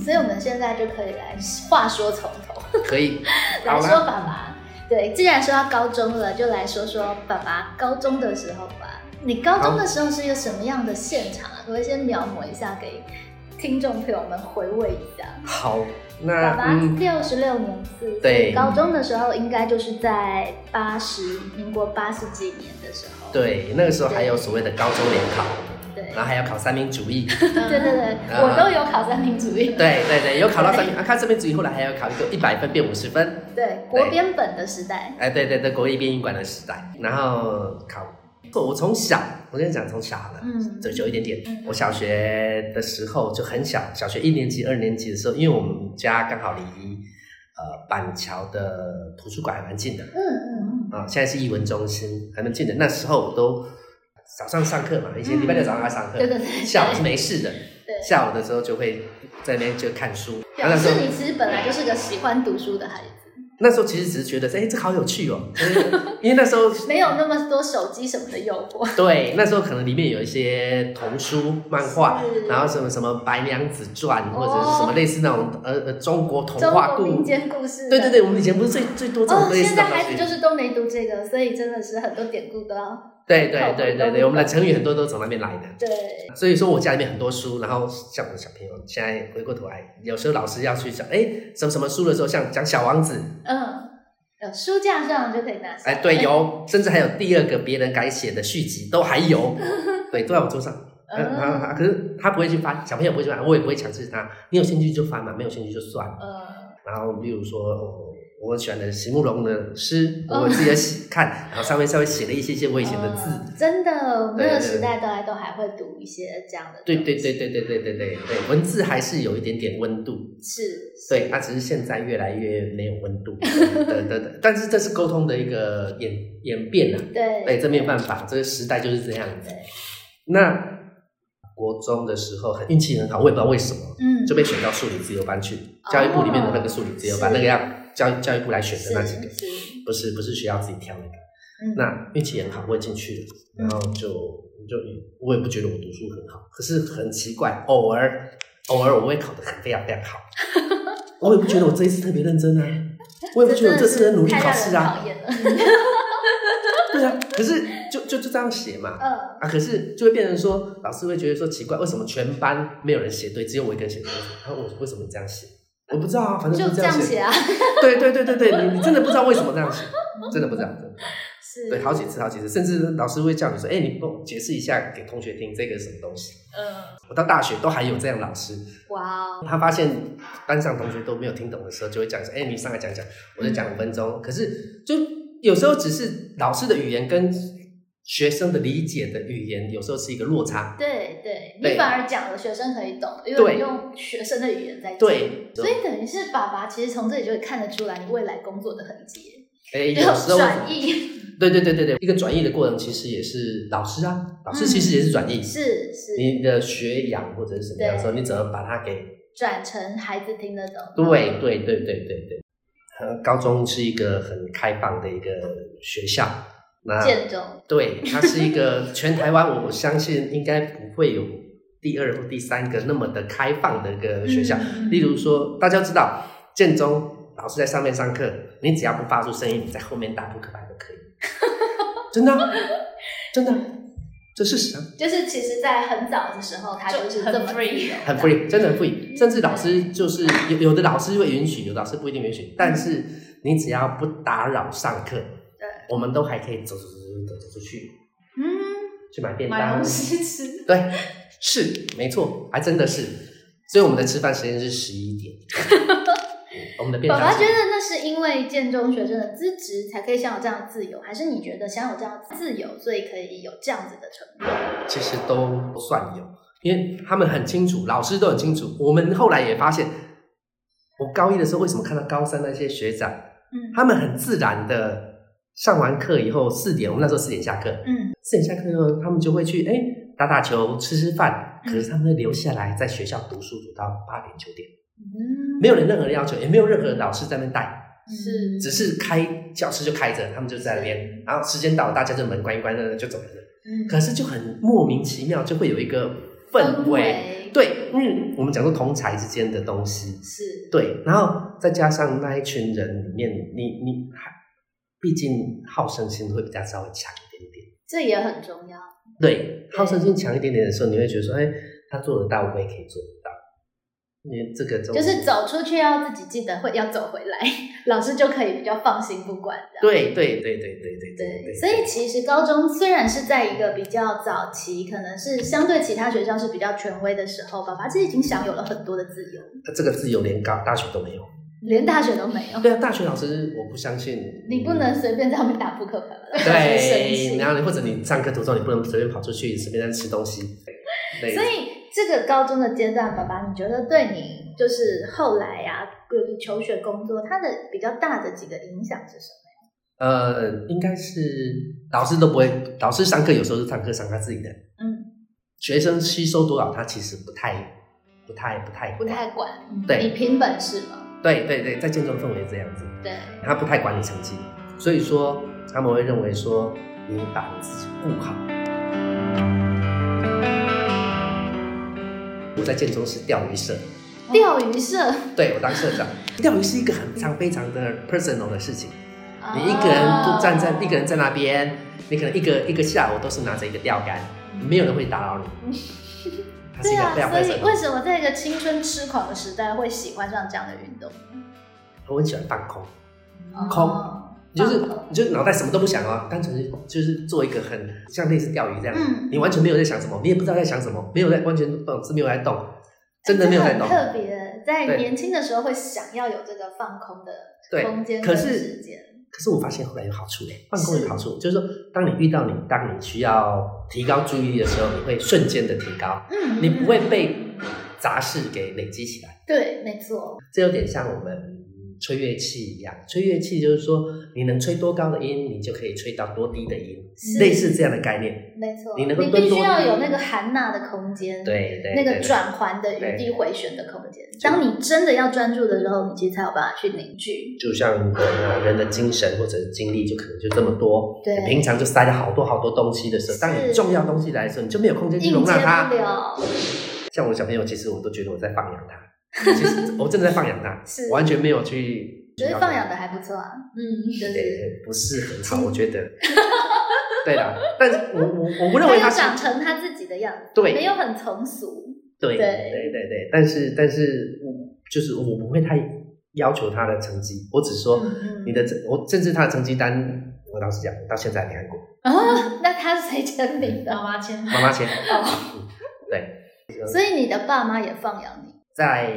所以我们现在就可以来话说从头，，
可以
来
好
说
啦，
爸爸。对，既然说到高中了，就来说说爸爸高中的时候吧。你高中的时候是一个什么样的现场啊？可不可以先描摹一下给听众朋友们回味一下？
好，
爸
那
爸
嗯，
六十六年次，
对
高中的时候应该就是在八十民国八十几年的时候，
对，那个时候还有所谓的高中联考，
对
然后还要考三民主 义，
对对对，
啊
我都有考三民主义，
对对对，有考到三民，啊，看三民主义后来还要考一个一百分变五十分，
对国编本的时代，
哎，对对对，国立殡仪馆的时代，然后考，我从小，我跟你讲从小了。
嗯，
这久一点点
嗯。
我小学的时候就很小，小学一年级、二年级的时候，因为我们家刚好离呃板桥的图书馆还蛮近的，
嗯嗯
啊，现在是艺文中心，还蛮近的。那时候我都早上上课嘛，以前礼拜六早上要上
嗯
课，
对对对
下午是没事的，
对
下午的时候就会在那边就看书。然
表
后那时
示
候
你其实本来就是个喜欢读书的孩子，
那时候其实只是觉得，哎、这好有趣哦， 就是因为那时候
没有那么多手机什么的诱惑，
对那时候可能里面有一些童书、漫画
是，
然后什么什么《白娘子传》
哦
或者是什么类似那种呃呃中国童
中
话
国
故
民。间故事，
对对。对，我们以前不是最最多这
哦
种，类
现
似的
在
东西。
孩子就是都没读这个，所以真的是很多典故都要
对对对对
懂
对，我们的成语很多都从那边来的。
对，
所以说我家里面很多书，然后像我的小朋友现在回过头来，有时候老师要去讲，哎，什么什么书的时候，像讲《小王子》，
嗯，呃书架上就可以拿下
哎，
来，
对，有，甚至还有第二个别人改写的续集都还 有，对，都在我桌上。嗯，
嗯
啊啊可是他不会去翻，小朋友不会去翻，我也不会强制他。你有兴趣就翻嘛，没有兴趣就算了。
呃，
然后，例如说，哦我很喜欢的席慕容的诗，我自己也喜看，然后上面稍微写了一些些我以前的字。
嗯真的，我们
对
那个
对
时代大家都还会读一些这样的东
对
西，
对对对对对对对对，文字还是有一点点温度。
是，
对，它、只是现在越来越没有温度，嗯对对对，但是这是沟通的一个演演变啊，
对
对，这没有办法，这个时代就是这样子。那国中的时候很运气很好，我也不知道为什么
嗯，
就被选到数理自由班去，教育部里面的那个数理自由班，
哦是
那个要教育教育部来选的那几
是
个，
是，
不是不是学校自己挑那个。
嗯
那运气很好，我也进去了，然后就就我也不觉得我读书很好，可是很奇怪，偶尔偶尔我会考得很非常非 常好，我也不觉得我这一次特别认真啊，我也不觉得我这次很努力考试啊，
这真的是太让人讨厌了。
对啊，可是就就就这样 写嘛。
嗯，
啊，可是就会变成说，老师会觉得说奇怪，为什么全班没有人写对，只有我一个人写对？他说我为什么这样写？我不知道啊，反正
就
就
这
这
样
样
写
写。
啊，
对对对对对，你你真的不知道为什么这样写，真的不知道。真的
是，
对，好几次，好几次，甚至老师会叫你说：“哎、你帮我解释一下给同学听这个是什么东西。
嗯，”
我到大学都还有这样老师，
哇哦，
他发现班上同学都没有听懂的时候，就会讲说：“哎、你上来讲讲。”我就讲五分钟，可是就有时候只是老师的语言跟学生的理解的语言，有时候是一个落差。
对对，
对
你反而讲了学生可以懂，因为
对
你用学生的语言在讲，
对，
所以等于是爸爸其实从这里就可以看得出来你未来工作的痕迹，
哎、
就
有时候
转译
对对对对对，一个转译的过程其实也是老师啊，老师其实也是转译。
嗯是是
嗯你的学养或者是什么样的时候，你怎么把它给
转成孩子听得懂，
对对对对对对，呃，高中是一个很开放的一个学校，那
建中，
对它是一个全台湾，我相信应该不会有第二或第三个那么的开放的一个学校。
嗯
例如说，大家知道建中老师在上面上课，你只要不发出声音，你在后面打扑克牌都可以，真的啊，真的啊，这事实啊，
就是其实，在很早的时候，他就是这么
就很 free
自由的
很 free，真的很 free。甚至老师就是有有的老师会允许，有的老师不一定允许，但是你只要不打扰上课，我们都还可以走走走走走走出去
嗯，
去买便
买
当
东，西吃，
对，是没错，还真的是。所以我们的吃饭时间是十 一点，嗯我们的便
爸
当
爸
时
觉得那是因为建中学生的资质才可以享有这样的自由，还是你觉得享有这样的自由，所以可以有这样子的成果？
其实都算有，因为他们很清楚，老师都很清楚。我们后来也发现，我高一的时候为什么看到高三那些学长，
嗯
他们很自然的上完课以后四点，我们那时候四点下课，
嗯，
四点下课呢，他们就会去哎打打球、吃吃饭，可
嗯
是他们会留下来在学校读书读到八点九点，
嗯
没有人任何的要求，也没有任何的老师在那边带。
是
只是开教室就开着，他们就在那边，然后时间到了，大家就门关一关，那就走人了。
嗯
可是就很莫名其妙，就会有一个氛
氛
围。
围
对，因为我们讲说同才之间的东西，
是
对，然后再加上那一群人里面，你你还，毕竟好胜心会比较稍微强一点点。
这也很重要。
对，好胜心强一点点的时候，你会觉得说，哎，他做得到，我也可以做得到。因为这个东
就
西
是走出去要自己记得会要走回来，老师就可以比较放心不管这样。
对对对对对对
对，所以其实高中虽然是在一个比较早期，可能是相对其他学校是比较权威的时候，爸爸其实已经享有了很多的自由，
这个自由连高大学都没有。
连大学都没有。
对啊，大学老师我不相信
你不能随便在外面打扑克牌吧， 会生
对，
气
然后你或者你上课途中你不能随便跑出去随便在吃东西，对
所以这个高中的阶段，爸爸，你觉得对你就是后来啊，就是求学工作，它的比较大的几个影响是什么？
呃，应该是老师都不会，老师上课有时候是上课上他自己的，
嗯，
学生吸收多少他其实不太、不太、不太、
不太管，
对
你凭本事嘛，
对对对，在建中氛围这样子，
对，
他不太管你成绩，所以说他们会认为说你把你自己顾好。我在建中是钓鱼社，
钓鱼社，
对我当社长，钓鱼是一个很非常非常的 personal 的事情。
哦啊
你一个人都站在一个人在那边，你可能一个一个下午都是拿着一个钓竿，没有人会打扰 你。它是
对
一个
啊
非，常
所
personal
以为什么在一个青春痴狂的时代会喜欢上这样的运动？
我很喜欢放空，空
哦
就是
放空
你就是脑袋什么都不想啊，单纯是就是做一个很像类似钓鱼这样，
嗯
你完全没有在想什么，你也不知道在想什么，没有在完全脑子没有在动，真的没有在
哎很
动。
特别，在
对
年轻的时候会想要有这个放空的
对
空间
可
跟
是
时间，
可是我发现后来有好处嘞，放空
是
有好处，就是说当你遇到你当你需要提高注意力的时候，你会瞬间的提高，
嗯，
你不会
嗯
被杂事给累积起来。
对，没错，
这有点像我们吹乐器一样，吹乐器就是说你能吹多高的音，你就可以吹到多低的音，
是嗯
类似这样的概念。
没错，
你能够
你
蹲
必须
多
要
低
有那个含纳的空间，，
对对，
那个
对
转环的余
对
地回旋的空间。当你真的要专注的时候，你其实才有办法去凝聚，
就像人啊，人的精神或者是精力就可能就这么多，
对
你平常就塞了好多好多东西的时候，当
是
你重要东西来的时候，你就没有空间去
应
容
接
纳它
不。了，
像我的小朋友，其实我都觉得我在放养他， 其实我真的在放养他，
是，
完全没有去。
觉得放养嗯的还不错啊，嗯，就是。
对，不是很好，我觉 得。对啦，但是我我我不认
他
为
有
他是
长成他自己的样子，
对
没有很从俗，
对
对
对对对，但是但是我就是我不会太要求他的成绩，我只说
嗯嗯
你的成，我甚至他的成绩单，我老实讲，到现在还没看过，
啊，那他是谁签名
妈
的？
妈签。
妈妈签。
哦，
嗯对，
所以你的爸妈也放养你
在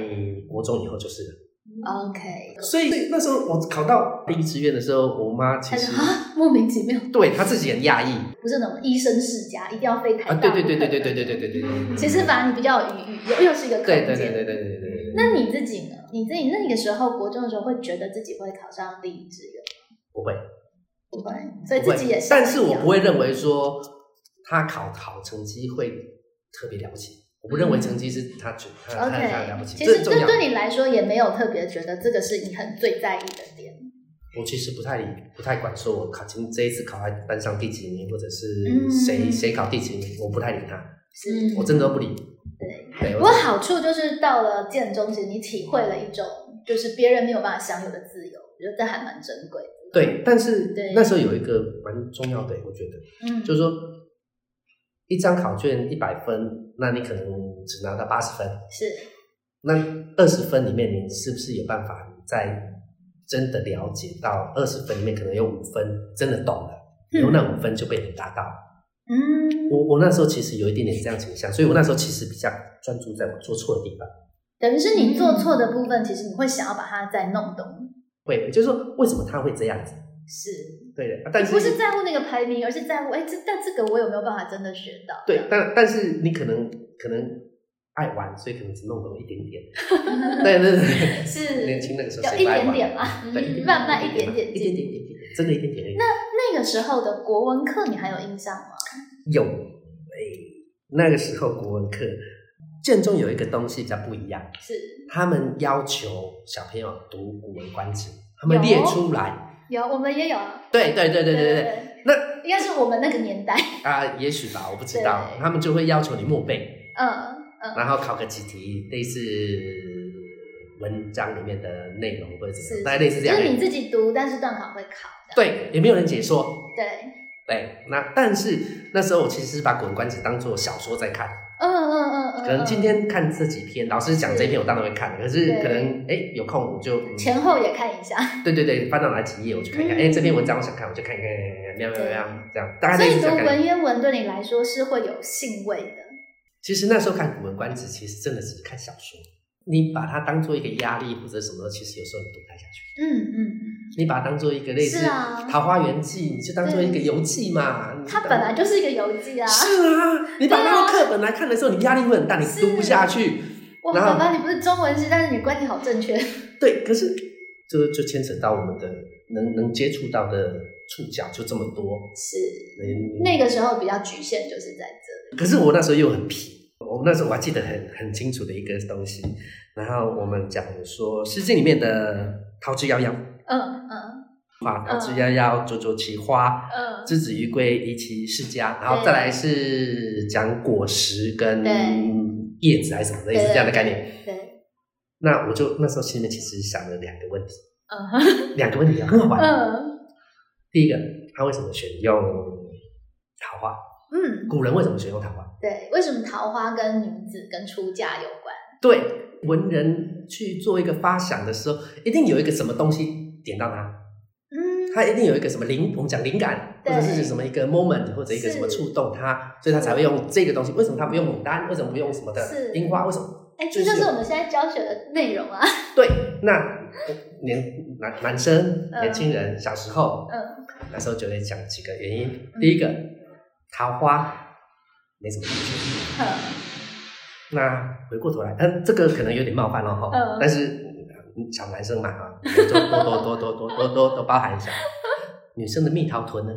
国中以后就是了。
嗯
，OK？
所以所以那时候我考到第一志愿的时候，我妈其
他
实
说啊，莫名其妙，
对她自己很讶异
不是那种医生世家，一定要非台
啊，
大。
对对对对对
不可
对
能
对对对对对对，
其实反而你比较有余裕，又又是一个空
对
间。
对对对对对对对对。
那你自己呢？你自己那个时候国中的时候，会觉得自己会考上第一志愿？
不会，
不会，所以
不
自
会
己也，
但是我不
会，
会认为说他考好成绩会特别了不起，我不认为成绩是他觉他他他
OK，
呃了不起，
其
这
实
很重
这
要。
对你来说也没有特别觉得这个是你很最在意的点。
我其实不太不太管说我考今这一次考在班上第几名，或者
嗯
是谁谁考第几名，我不太理他，
是
我真的都不理。
对。
对，
不
我
过好处就是到了建中，其实你体会了一种就是别人没有办法享有的自由，我觉得这还蛮珍贵的。
对，但是
对
那时候有一个蛮重要的，我觉得
嗯，
就是说，一张考卷一百分，那你可能只拿到八十分，
是
那二十分里面，你是不是有办法在真的了解到二十分里面可能有五分真的懂了，
嗯
然后那五分就被你达到。
嗯，
我我那时候其实有一点点这样倾向，所以我那时候其实比较专注在我做错的地方。
等于是你做错的部分，其实你会想要把它再弄懂。
会，就是说为什么他会这样子？
是，
对的，啊但是
不是在乎那个排名，而是在乎哎，这但这个我有没有办法真的学到？
对，但但是你可能可能爱玩，所以可能只弄懂一点 点。对对 对，
是
年轻那个时候
有
谁
一
不爱
点
玩
点嘛，
对，一点
嗯
点
慢慢一点点
一点点一点点，真的一点点而已。
那个时候的国文课你还有印象吗？
有，诶，那个时候国文课，建中有一个东西比较不一样，
是
他们要求小朋友读《古文观止》，他们列出来。
有，我们也有啊。
对对对对对对，
对
那
应该是我们那个年代。
啊、也许吧，我不知道
对，
他们就会要求你默背，
嗯嗯，
然后考个几题，类似文章里面的内容或者怎么
是，
样，大概类似
就
这样而
是你
已。
自己读，但是段考会考的。
对，也没有人解说。
对，
对，哎那但是那时候我其实是把《古文观止》当做小说在看。
嗯嗯嗯嗯。
可能今天看这几篇，老师讲这篇我当然会看，可是
对
可能哎、诶有空我就嗯
前后也看一下，
对对对翻到哪几页我去看一
嗯
看，哎、这篇文章我想看我就看一看，喵喵喵喵这样，大概
所
啊类似
以
这
读
样感
文
觉。
言文对你来说是会有兴味的。
其实那时候看《古文观止》，其实真的只是看小说，你把它当做一个压力或者什么，其实有时候你读不太下去。
嗯嗯嗯，
你把它当做一个类似
是啊
《桃花源记》，你就当做一个游记嘛。
它
你
本来就是一个游记啊。
是啊，你把
对啊
那个课本来看的时候，你压力会很大，你
是
读不下去。
我
然后
爸爸，你不是中文系，但是你观点好正确。
对，可是这就牵扯到我们的能能接触到的触角就这么多。
是
嗯
那个时候比较局限，就是在这
可是我那时候又很皮，我那时候我还记得很很清楚的一个东西。然后我们讲说《诗经》里面的“桃之夭夭
里。嗯嗯”，
啊，“桃之夭夭，灼灼其花，
嗯，
之子于归，宜其室家”。然后再来是讲果实跟
对
叶子还是什么类似这样的概念。
对，
那我就那时候心里面其实想了两个问题，
嗯
两个问题很好玩。
嗯
第一个，他为什么选用桃花？
嗯，
古人为什么选用桃花？
对，为什么桃花跟女子跟出嫁有关？
对，文人去做一个发想的时候，一定有一个什么东西点到他，
嗯，
他一定有一个什么灵，我们讲灵感，或
对
者是什么一个 moment，或者一个什么触动他，所以他才会用这个东西。为什么他不用牡丹？为什么不用什么
是
的樱花？为什么？
哎，这就是我们现在教学的内容啊。
对，那 年男男生、
嗯
年轻人小时候，
嗯，
那时候就会讲几个原因。第一个，桃花没什么意思。
嗯
那回过头来，嗯，这个可能有点冒犯了哈，
嗯
但是嗯小男生嘛啊，就多多多多多多多多包含一下。女生的蜜桃 臀呢？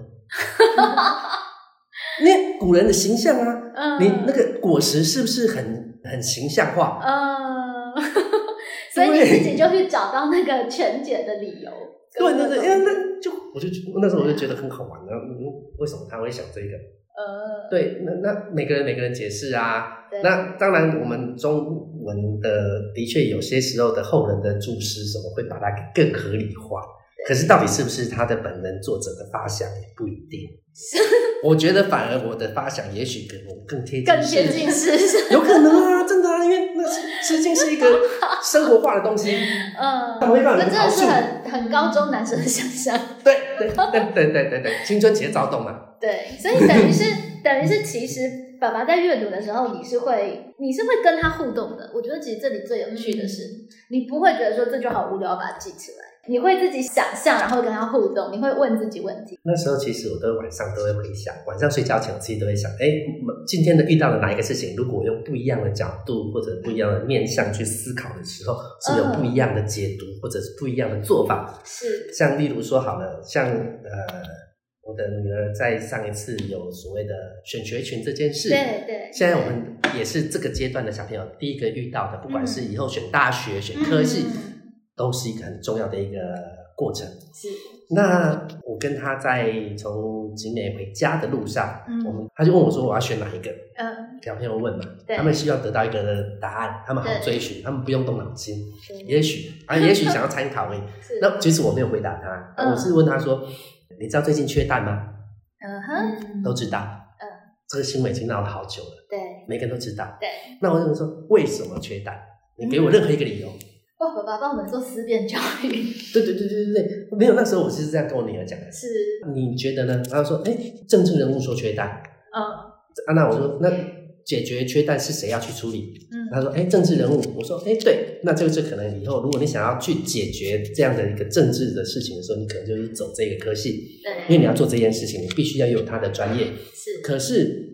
那古人的形象啊，
嗯，
你那个果实是不是很很形象化？哦
嗯， 所以你自己就去找到那个全解的理由。
对对对，因为
嗯
那就我就那时候我就觉得很好玩然后嗯为什么他会想这个？
呃，
对，那那每个人每个人解释啊，
对
那当然，我们中文的的确有些时候的后人的注释什么会把它更合理化，可是到底是不是他的本人作者的发想也不一定。 我觉得反而我的发想也许跟我更贴近，
更贴近，事实。
有可能啊，真的啊，因为那是《诗经》是一个 生活化的东西，
嗯，
它会让
这
人
真的
陶
是
醉。
很很高中男生的想象。
对对对对对对对，青春期的躁动嘛，
对，所以等于 是等于是，其实爸爸在阅读的时候，你是会你是会跟他互动的。我觉得其实这里最有趣的是，
嗯
你不会觉得说这就好无聊，把它记起来。你会自己想象，然后跟他互动，你会问自己问题。
那时候其实我都晚上都会回想，晚上睡觉前我自己都会想，哎，今天的遇到了哪一个事情，如果我用不一样的角度或者不一样的面向去思考的时候，是有
嗯
不一样的解读或者是不一样的做法。
是，
像例如说好了，像呃，我的女儿在上一次有所谓的选学群这件事，
对对。
现在我们也是这个阶段的小朋友第一个遇到的，不管是以后选大学、选
嗯
科系，都是一个很重要的一个过程。
是
那
嗯
我跟他在从景美回家的路上，
嗯
我们他就问我说我要选哪一个，
嗯，
小朋友问嘛，
对
他们希望得到一个答案，他们好
对
追寻，他们不用动脑筋，
对
也许啊，也许想要参考而 已。
是
那其实我没有回答他，
嗯
我是问他说，你知道最近缺蛋吗？
嗯哼，
都知道，
嗯，
这个新闻已经闹了好久了，
对
每个人都知道。
对，嗯
那我就说，为什么缺蛋？你给我任何一个理由。
哇，爸爸帮我们做思辨教 育，
对对对对对对，没有，那时候我是这样跟我女儿讲的。
是
你觉得呢？他就说，哎，政治人物说缺蛋，
嗯
啊，那我说那解决缺蛋是谁要去处理？
嗯
他说，哎，政治人物。我说，哎，对，那就是可能以后如果你想要去解决这样的一个政治的事情的时候，你可能就是走这个科系，因为
对
你要做这件事情，你必须要有他的专业。
是
可是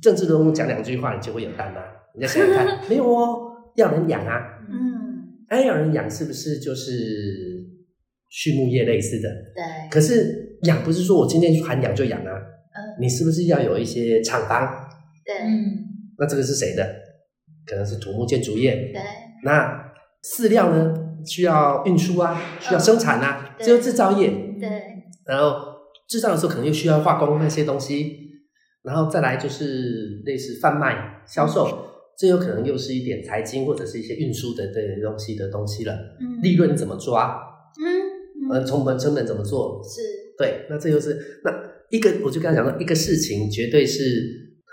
政治人物讲两句话，你就会有蛋吗？你再想 想看，没有哦，要人养啊。
嗯
哎，要人养是不是就是畜牧业类似的？
对
可是养不是说我今天喊养就养啊，
嗯
你是不是要有一些厂房？
对
嗯，
那这个是谁的？可能是土木建筑业。
对
那饲料呢？需要运输啊，需要生产啊，
嗯对
只有制造业。
对
然后制造的时候可能又需要化工那些东西，然后再来就是类似贩卖、销
嗯
售，这有可能又是一点财经或者是一些运输的这些东西的东西了。
嗯
利润怎么抓？
嗯
呃，
嗯
成本成本怎么做？
是
对，那这就是那一个，我就跟他讲说，一个事情绝对是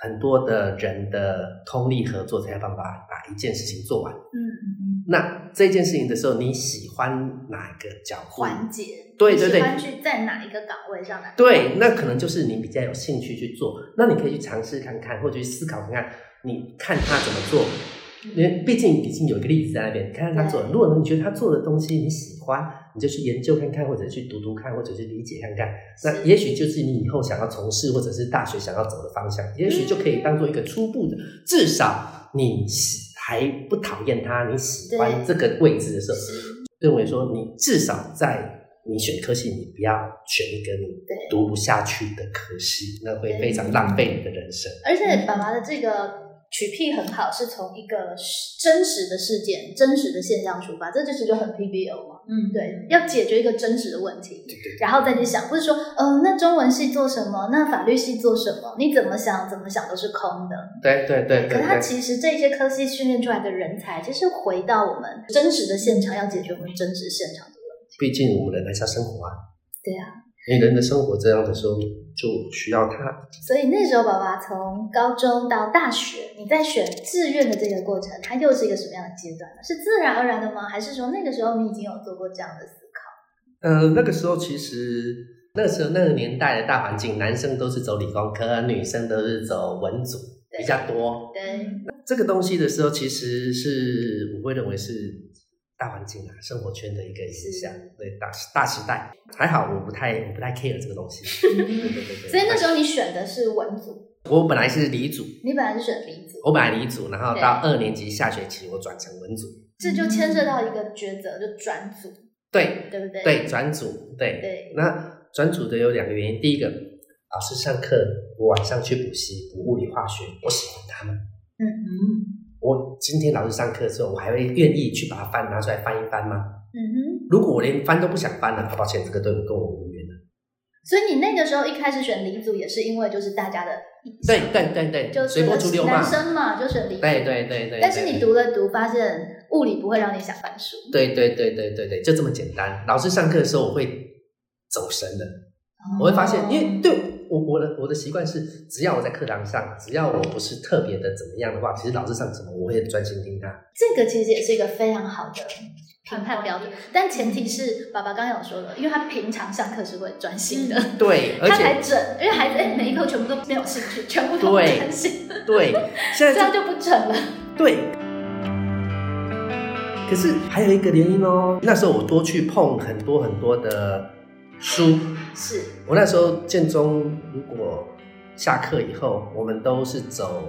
很多的人的通力合作才有办法把一件事情做完。
嗯
那这件事情的时候，你喜欢哪个角度？
环节，
对
你
对
喜
对
欢去在哪一个岗位上呢？
对，那可能就是你比较有兴趣去做，那你可以去尝试看看，或者去思考看看，你看他怎么做。
嗯
因为毕竟已经有一个例子在那边，你看看他做的。如果你觉得他做的东西你喜欢，你就去研究看看，或者去读读看，或者去理解看看。那也许就是你以后想要从事，或者是大学想要走的方向，也许就可以当做一个初步的，至少你喜还不讨厌他，你喜欢
对
这个位置的时候，
是
认为说你至少在你选科系，你不要选一个你
对
读不下去的科系，那会非常浪费你的人生。
而且爸爸的这个取替很好，是从一个实真实的事件、真实的现象出发，这就是就很 PBO 嘛。
嗯，
对，要解决一个真实的问题，
对对
然后再去想，不是说，呃，那中文系做什么？那法律系做什么？你怎么想，怎么想都是空的。
对对对
可
对
是他
对
其实这些科系训练出来的人才，其实回到我们真实的现场，要解决我们真实现场的问题。
毕竟我们人还是要生活啊。
对啊，
因为人的生活这样的时候，就需要它。
所以那时候爸爸从高中到大学，你在选志愿的这个过程，它又是一个什么样的阶段呢？是自然而然的吗？还是说那个时候你已经有做过这样的思考？
呃，那个时候其实那时候那个年代的大环境，男生都是走理工科，女生都是走文组
对
比较多。
对，
这个东西的时候，其实是我会认为是大环境啊，生活圈的一个影响，对大大时代。还好我不太我不太 care 这个东西，对对对 对。
所以那时候你选的是文组，
我本来是理组，
你本来是选理组，
我本来理组，然后到二年级下学期我转成文组，
这就牵涉到一个抉择，就转组，
对
对不对？
对转组，对
对
那转组的有两个原因，第一个老师上课，我晚上去补习补物理化学，我喜欢他们。
嗯
我今天老师上课的时候，我还会愿意去把它翻拿出来翻一翻吗？
嗯哼，
如果我连翻都不想翻了，啊抱歉，这个对我跟我无缘了。
所以你那个时候一开始选理组，也是因为就是大家的意见，
对对对
就
对，
是
随波逐流嘛
男。生嘛就选理组，
对对对对。
但是
对
你读了读，发现物理不会让你想翻书，
对对对对对对，就这么简单。老师上课的时候，我会走神的，我会发
哦
现，因为对我我的我的习惯是，只要我在课堂上，只要我不是特别的怎么样的话，其实老师上什么，我会专心听他。
这个其实也是一个非常好的评判标准，但前提是爸爸刚刚有说了，因为他平常上课是会专心的。
对，而
他才
且
整，因为孩子哎，每一科全部都没有兴趣，全部都不
对
专心，
对，
这
现在
样
就
就不整了。
对。可是还有一个原因哦，那时候我多去碰很多很多的书，
是，
我那时候建中如果下课以后，我们都是走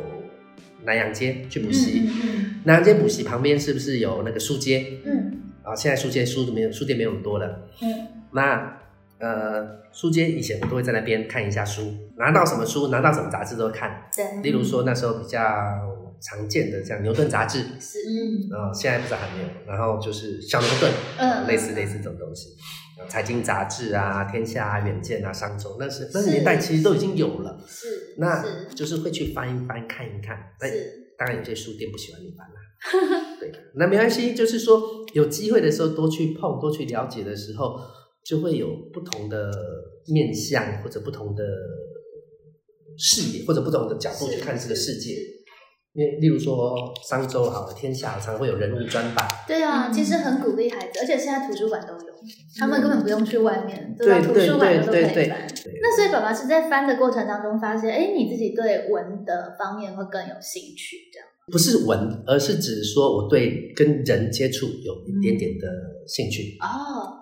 南洋街去补习。
嗯
南洋街补习旁边是不是有那个书街？
嗯
啊，现在书街书都没有，书店没有那么多了。
嗯，
那呃，书街以前我都会在那边看一下书，拿到什么书，拿到什么杂志都会看。
对，
例如说那时候比较常见的像牛顿杂志，
是，
嗯
呃啊、现在不知道还没有。然后就是小牛顿，
嗯
类似类似这种东西。呃财经杂志啊、天下啊、远见啊、商周，那是那
是
年代其实都已经有了，
是，
那
是
就是会去翻一翻、看一看。哎那
是
当然有些书店不喜欢你翻啦、对，那没关系，就是说有机会的时候多去碰、多去了解的时候，就会有不同的面向或者不同的视野或者不同的角度
是
去看这个世界
是。
因为例如说商周好了，天下常会有人物专版，
对啊，
嗯
其实很鼓励孩子，而且现在图书馆都有，他们根本不用去外面，都到
嗯对
图
对
书馆
对
就都可
对
以
对
翻。，那所以爸爸是在翻的过程当中发现，哎，你自己对文的方面会更有兴趣，这样。
不是文，而是指说我对跟人接触有一点点的兴趣。
哦，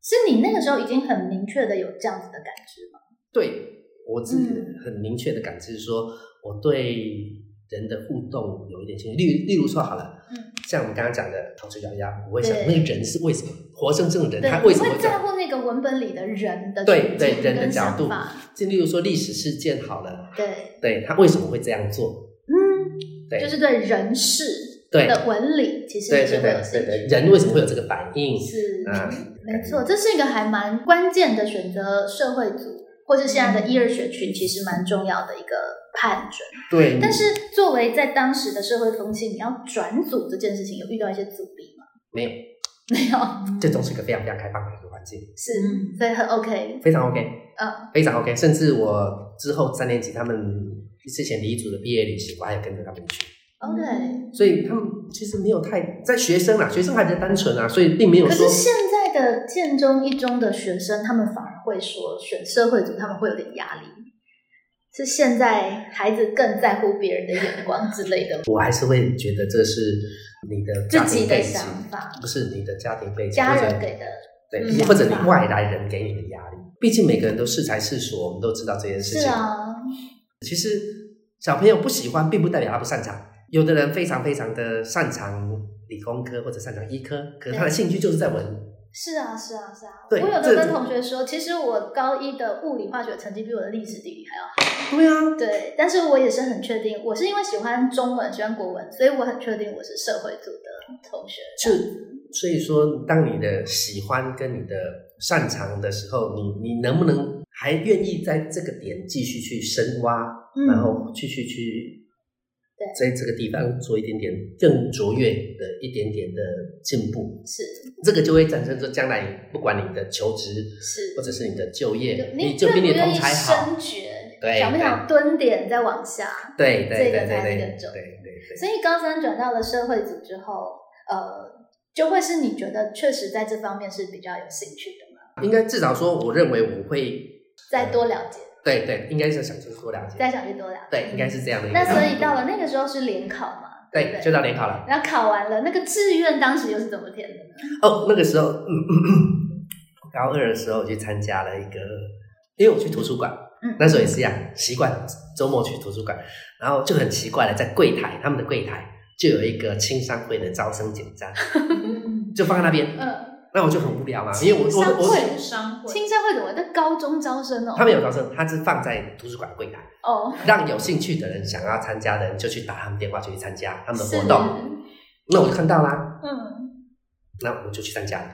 是你那个时候已经很明确的有这样子的感知吗？
对我自己
嗯
很明确的感知说，我对人的互动有一点兴趣。例如例如说好了，
嗯，
像我们刚刚讲的逃之夭夭，我会想
对
那个人是为什么活生生的人，
对，
他为
你
什
会
么会这
在
样？
乎那个文本里的人的
对
处
对
境
人的
跟
角
想
度
法，
就例如说历史事件好了，
对，
对他为什么会这样做？
嗯，
对，
就是对人事
对
的文理，其实
对
你
对
是会有兴
对对
趣的。
对，人为什么会有这个反应？
是，
啊
没错，这是一个还蛮关键的选择，社会组或是现在
嗯
的一二学群其实蛮重要的一个判准。
对，
但是作为在当时的社会风气，你要转组这件事情，有遇到一些阻力吗？
没有，
没有，
这总是一个非常非常开放的一个环境，
是，所以很 OK，
非常 OK。
嗯，
非常 OK，甚至我之后三年级他们之前离组的毕业旅行，我还有跟着他们去，
，OK。
所以他们其实没有太在学生啊，学生还比较单纯啊，所以并没有
可
说
是现在的建中一中的学生，他们反而会说选社会组，他们会有点压力。是现在孩子更在乎别人的眼光之类的吗，
我还是会觉得这是你的家
自己
庭
的
背景
想，法，
不是你的家庭背景，
家
或
人
者
给的嗯
对，
想法
或者你外来人给你的压力，毕竟每个人都适才适所，我们都知道这件事情。
是啊，
其实小朋友不喜欢，并不代表他不擅长。有的人非常非常的擅长理工科或者擅长医科，可是他的
对
兴趣就是在文
是啊，是啊，是啊。我
对
有的
这
跟同学说，其实我高一的物理化学成绩比我的历史地理还要好。
对啊，
对，但是我也是很确定，我是因为喜欢中文，喜欢国文，所以我很确定我是社会组的同学。
就所以说，当你的喜欢跟你的擅长的时候，你你能不能还愿意在这个点继续去深挖，
嗯
然后继续去
对
在这个地方做一点点更卓越的一点点的进步，
是
这个就会产生说，将来不管你的求职
是，
或者是你的就
就
业，
你
就
愿
比
不
你的
愿
同
意
才好
升。学，
对
想不想蹲点再往下？
对对对
这个
对
才
对
是
对
更重要
对对，
所以高三转到了社会组之后，呃，就会是你觉得确实在这方面是比较有兴趣的吗？
应该至少说，我认为我会，
再多了解，
对对，应该是想去多了解，
再想去多了解。
对，应该是这样的一个
那
角度。
所以到了那个时候是联考嘛？对不
对，
对，
就到联考了。
然后考完了，那个志愿当时又是怎么填的呢？
哦，那个时候，嗯咳咳高二的时候我去参加了一个，因为我去图书馆，
嗯
那时候也是一样，习惯周末去图书馆，然后就很奇怪了，在柜台他们的柜台就有一个青商会的招生简 章，就放在那边，
嗯，
那我就很无聊嘛，因为我
青
我我
商会
商会
青山会怎么在高中招生哦？
他们有招生，他是放在图书馆柜台，
哦，
让有兴趣的人想要参加的人就去打他们电话去参加他们的
是
活动，那我就看到啦，
嗯，
那我就去参加了。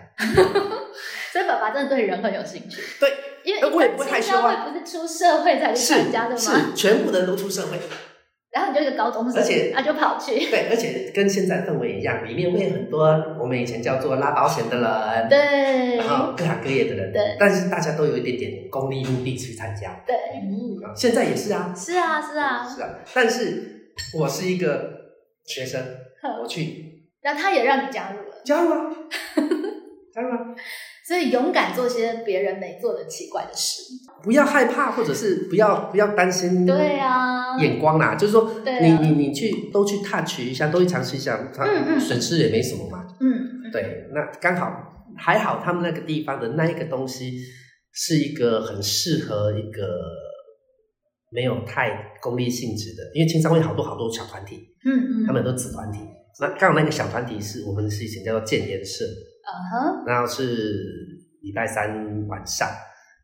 所以爸爸真的对人很有兴趣。
对，
因为
呃我也不会害羞啊
青山会不是出社会才去
是
参加的
是
吗？，
全部的人都出社会，
然后你就一个高中生，
而且
啊就跑去，
对，而且跟现在氛围一样，里面会有很多我们以前叫做拉保险的人，，
对
然后各行各业的人，
对
但是大家都有一点点功利目的去参加，
对，
啊现在也是啊，
是啊是嗯啊，
是啊，但是我是一个学生，
哼
我去
然后他也让你加入了，
加入啊，加入啊，
所以勇敢做些别人没做的奇怪的事。
不要害怕，或者是不要不要担心，
对。啊，
眼光啦，就是说
对啊
你你你去都去 touch 一下，都去尝试一下，它
嗯嗯
损失也没什么嘛。
嗯，嗯，
对，那刚好还好，他们那个地方的那一个东西是一个很适合一个没有太功利性质的，因为青商会好多好多小团体，
嗯嗯，
他们很多子团体。那刚好那个小团体是我们是以前叫做建言社，
嗯哼，
然后是礼拜三晚上，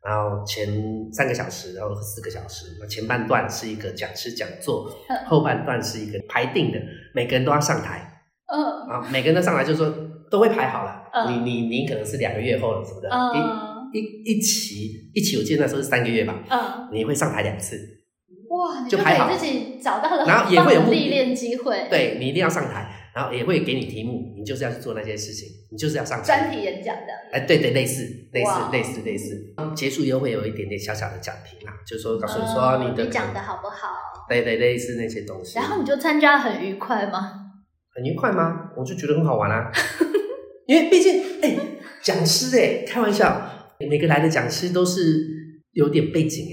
然后前三个小时，然后四个小时，那前半段是一个讲师讲座，后半段是一个排定的，每个人都要上台，
嗯。
啊，每个人都上来就说都会排好了。
嗯
你你你可能是两个月后了什么的，
嗯
一一一期一期，我记得那时候是三个月吧，
嗯，
你会上台两次，
哇，你
就
给
排好
自己找到了
然后
很
也
棒
会有
的
目
历
的
练机会，，
对你一定要上台，然后也会给你题目，你就是要去做那些事情，你就是要上台
专题演讲的，
哎，对对，类似类似
哇
类似类似，嗯结束以后会有一点点小小的奖评啦，就是说告诉你说
嗯
你的，
你讲的好不好？
对对类似那些东西，
然后你就参加很愉快吗？
很愉快吗？我就觉得很好玩啊，因为毕竟哎，讲师哎，开玩笑，每个来的讲师都是有点背景哎，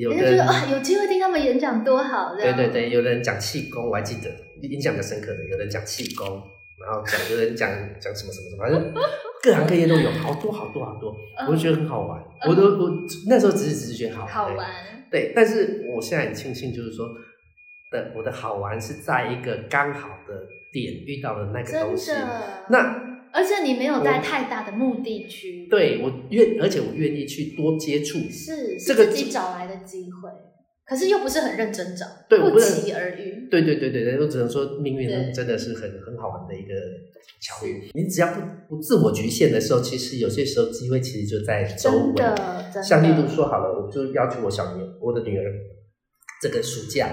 有
你就
有
觉
的
得哦哇，有机会听他们演讲多好，这
对
样
对，对，有人讲气功，我还记得印象比较深刻的，有人讲气功，然后讲有人讲讲什么什么什么，反正各行各业都有，好多好多好多，
嗯
我就觉得很好玩。我都我那时候只是只是觉得好玩，
好玩，
对。对但是我现在很庆幸，就是说的我的好玩是在一个刚好的点遇到了那个
真
东西。
的。
那
而且你没有带
我
太大的目的去，，
对我愿，而且我愿意去多接触，
是是
这个
自己找来的机会，可是又不是很认真找，
对我
不
不是
期而遇，
对对对对对，我只能说命
对
运真的是很很好玩的一个巧遇。你只要不不自我局限的时候，其实有些时候机会其实就在周
真
围。
的真的。
像例如说好了，我就要求我小女儿，我的女儿，这个暑假，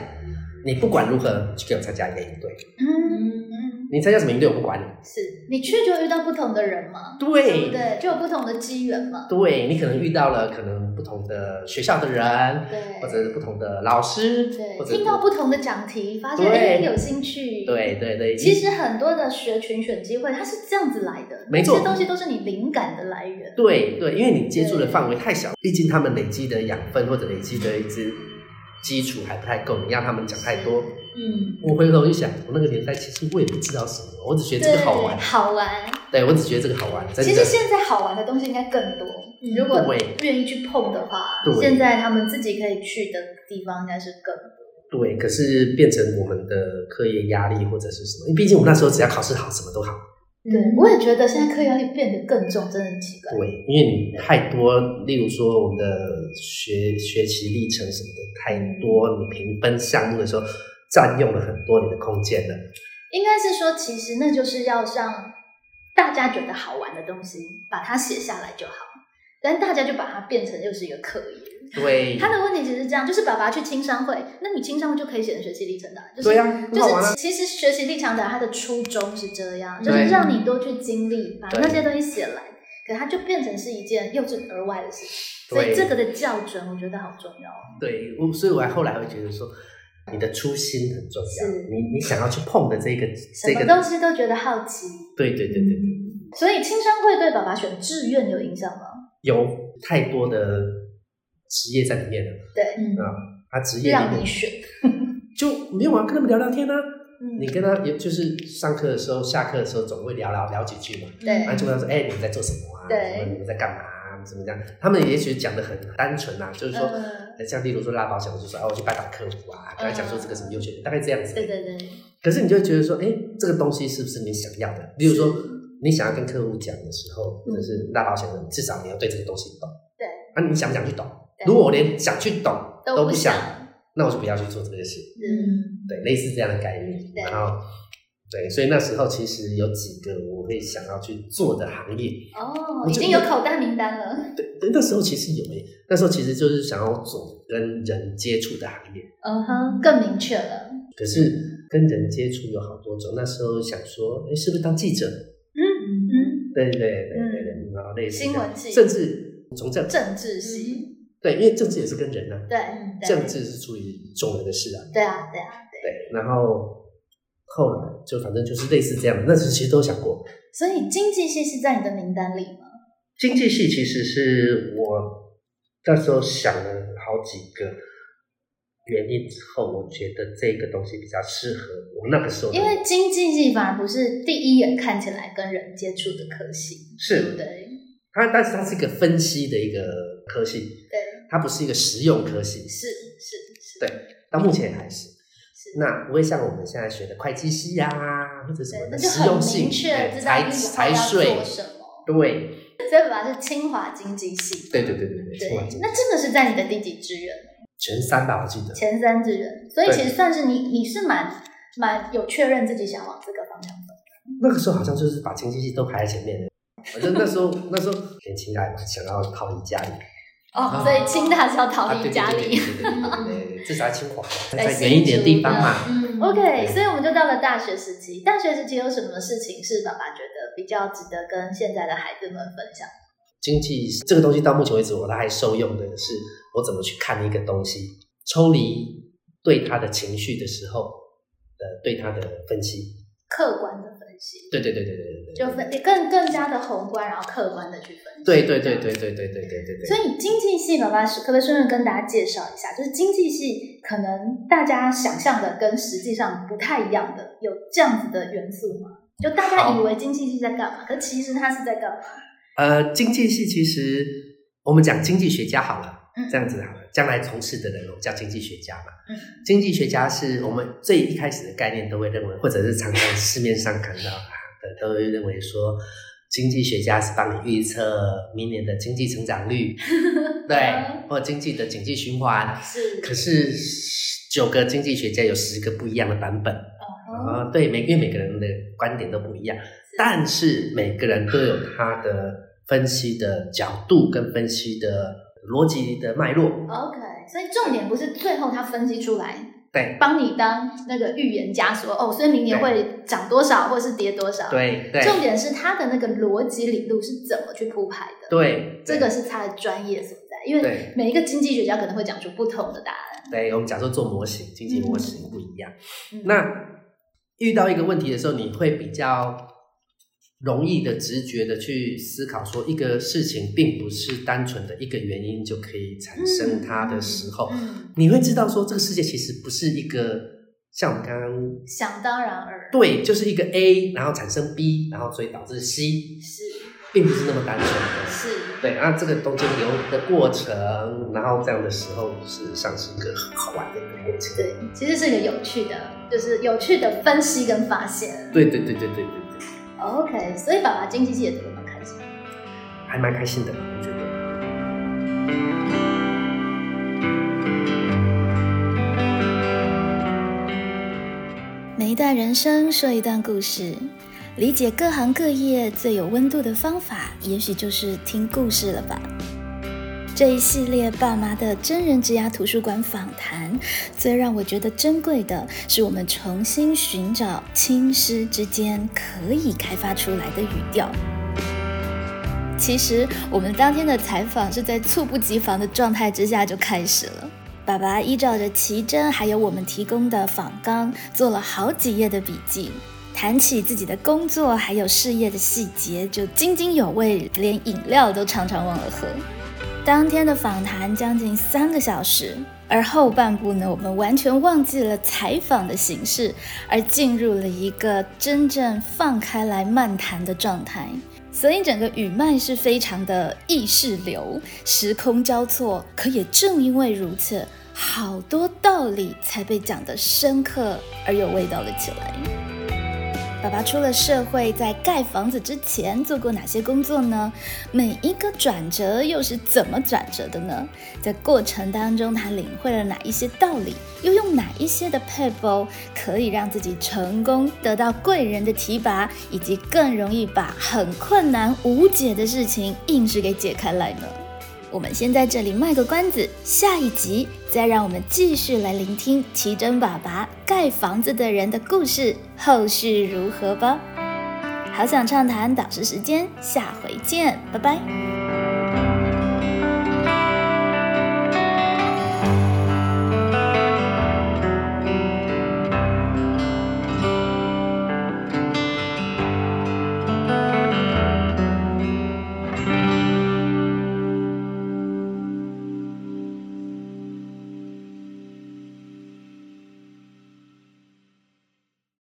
你不管如何去给我参加一个营队，
嗯，嗯，
你参加什么营队我不管你。
是你去就遇到不同的人嘛，对不
对
对？就有不同的机缘嘛，
对，你可能遇到了可能不同的学校的人，
对，
或者是不同的老师，
对，
或者
听到不同的讲题，发现
对
哎有兴趣，。
对对对，
其实很多的学群选机会，它是这样子来的，
没错
这些东西都是你灵感的来源。
对对，因为你接触的范围太小，毕竟他们累积的养分或者累积的一支基础还不太够，你让他们讲太多，
嗯，
我回头一想，我那个年代其实我也不知道什么，我只觉得这个好玩
对，好玩。
对我只觉得这个好玩，真
其
的
实。现在好玩的东西应该更多，如果
对
愿意去碰的话，
对
现在他们自己可以去的地方应该是更多。
对，可是变成我们的课业压力或者是什么，因为毕竟我们那时候只要考试好，什么都好。
对，我也觉得现在课压力变得更重，真的很奇怪。
对，因为你太多，例如说我们的学学习历程什么的太多，你评分项目的时候占用了很多你的空间了。
应该是说，其实那就是要让大家觉得好玩的东西，把它写下来就好。但大家就把它变成又是一个课业。
对，
他的问题其实是这样，就是爸爸去青商会，那你青商会就可以写成学习历程的啊、就是
对呀、啊，很
就
好玩啊
是其实学习历程的它的初衷是这样，就
对
是让你多去经历，把
对
那些东西写来，可它就变成是一件由之而外的事情。所以
对
这个的校准，我觉得好重要哦。
对，我所以我还后来会觉得说，你的初心很重要
是，
你你想要去碰的这个
什
这
么
个，
东西都觉得好奇。
对对对对，
所以青商会对爸爸选志愿有影响吗？
有太多的职业在里面了，
对，
嗯
嗯
他职业里
让
面
你选。
就没有啊，跟他们聊聊天啊，
嗯
你跟他也就是上课的时候、下课的时候总会聊聊聊几句嘛，
对
然后就问他说，哎、你们在做什么啊？
对
什么你们在干嘛、啊？怎么样？他们也许讲的很单纯啊，就是说。
嗯
像例如说拉保险，我就说哦，我去拜访客户啊，跟他讲说这个什么优缺点，大概这样子。
对对对，
可是你就会觉得说，哎，这个东西是不是你想要的？比如说，你想要跟客户讲的时候，或者是拉保险的，至少你要对这个东西懂。
嗯对。
那、你想不想去懂
对？
如果我连想去懂
都不
不
想
那我就不要去做这个事。
嗯，
对，类似这样的概念
对。
然后，对，所以那时候其实有几个我会想要去做的行业。
哦，
我
已
觉得
经有口袋名单了。
对，对那时候其实有诶，那时候其实就是想要走跟人接触的行业。
嗯哼，更明确了。
可是跟人接触有好多种，那时候想说，哎，是不是当记者？
嗯
对对对对对，然后类似
新闻
这样
系
甚至从政
嗯，，政治系，
对，因为政治也是跟人啊，
对，对
政治是出于众人的事啊，
对啊，对啊。
对，然后后来就反正就是类似这样的，那时候其实都想过，
所以经济系是在你的名单里吗？
经济系其实是我那时候想了好几个原因之后，我觉得这个东西比较适合我那个时候的
因为经济系反而不是第一眼看起来跟人接触的科系，
是
对不对？
它，但是它是一个分析的一个科系，
对，
它不是一个实用科系，
是是是，
对到目前还是。
是
那不会像我们现在学的会计系呀、或者什
对
么，
那
的
就
实用
很
性
明、确
哎
知道
财
你以后
财
要
税
做，什么。
对，
所以爸爸是清华经济系，
对对对对
对
对，哇，
那这个是在你的第几志愿？
前三吧，我记得。
前三志愿，所以
对
其实算是你，你是蛮蛮有确认自己想往这个方向走。
那个时候好像就是把经济系都排在前面的。反正那时候那时候年轻还想要逃离家里，
哦，所以清大是要逃
啊
离
对
家
对对
里。
对对对对对对至少在清华，
在
在远一点的地方嘛。
嗯，OK，所以我们就到了大学时期。大学时期有什么事情是爸爸觉得比较值得跟现在的孩子们分享？
经济这个东西到目前为止，我还受用的是我怎么去看一个东西，抽离对他的情绪的时候，呃，对他的分析。
客观的分析，
对对对对对对，
就分更更加的宏观，然后客观的去分析。
对对对对对对对对对对。
所以经济系爸爸是可不可以顺便跟大家介绍一下？就是经济系可能大家想象的跟实际上不太一样的，有这样子的元素吗？就大家以为经济系在干嘛，可其实它是在干嘛？
呃，经济系其实我们讲经济学家好了，
嗯
这样子好了，将来从事的人我哦们叫经济学家嘛。
嗯
经济学家是我们最一开始的概念都会认为，或者是常常市面上看到的，都会认为说。经济学家是帮你预测明年的经济成长率，对，或经济的经济循环。
是
可是九个经济学家有十个不一样的版本，
哦，
啊、对，每因为每个人的观点都不一样，但是每个人都有他的分析的角度跟分析的逻辑的脉络。
OK，所以重点不是最后他分析出来，
对
帮你当那个预言家说哦，所以明年会涨多少，或是跌多少。，
对对
重点是他的那个逻辑理路是怎么去铺排的。，
对，
这个是他的专业所在，因为
对
每一个经济学家可能会讲出不同的答案。
对我们假说做模型，经济模型不一样。
嗯
那遇到一个问题的时候，你会比较容易的直觉的去思考，说一个事情并不是单纯的一个原因就可以产生它的时候，
嗯，
你会知道说这个世界其实不是一个像我们刚刚
想当然而
对，就是一个 A，然后产生 B，然后所以导致 C，
是
并不是那么单纯的。
是
对，那这个中间流的过程，然后这样的时候，事实上是一个很好玩的一个过程。
对，其实是一个有趣的，就是有趣的分析跟发现。
对对对对对对对，
OK，所以爸爸经济系也读得蛮开心的。
还蛮开心的，我觉得。
每一段人生说一段故事，理解各行各业最有温度的方法，也许就是听故事了吧。这一系列爸妈的真人之家图书馆访谈，最让我觉得珍贵的是，我们重新寻找亲师之间可以开发出来的语调。其实，我们当天的采访是在猝不及防的状态之下就开始了。爸爸依照着奇珍还有我们提供的访纲，做了好几页的笔记，谈起自己的工作还有事业的细节，就津津有味，连饮料都常常忘了喝。当天的访谈将近三个小时，而后半部呢，我们完全忘记了采访的形式，而进入了一个真正放开来漫谈的状态。所以整个语脉是非常的意识流，时空交错。可也正因为如此，好多道理才被讲得深刻而有味道了起来。爸爸出了社会，在盖房子之前做过哪些工作呢？每一个转折又是怎么转折的呢？在过程当中，他领会了哪一些道理，又用哪一些的 p e 可以让自己成功，得到贵人的提拔，以及更容易把很困难无解的事情硬是给解开来呢？我们先在这里卖个关子，下一集再让我们继续来聆听奇珍爸爸盖房子的人的故事，后续如何吧。好想畅谈导师时间，下回见，拜拜。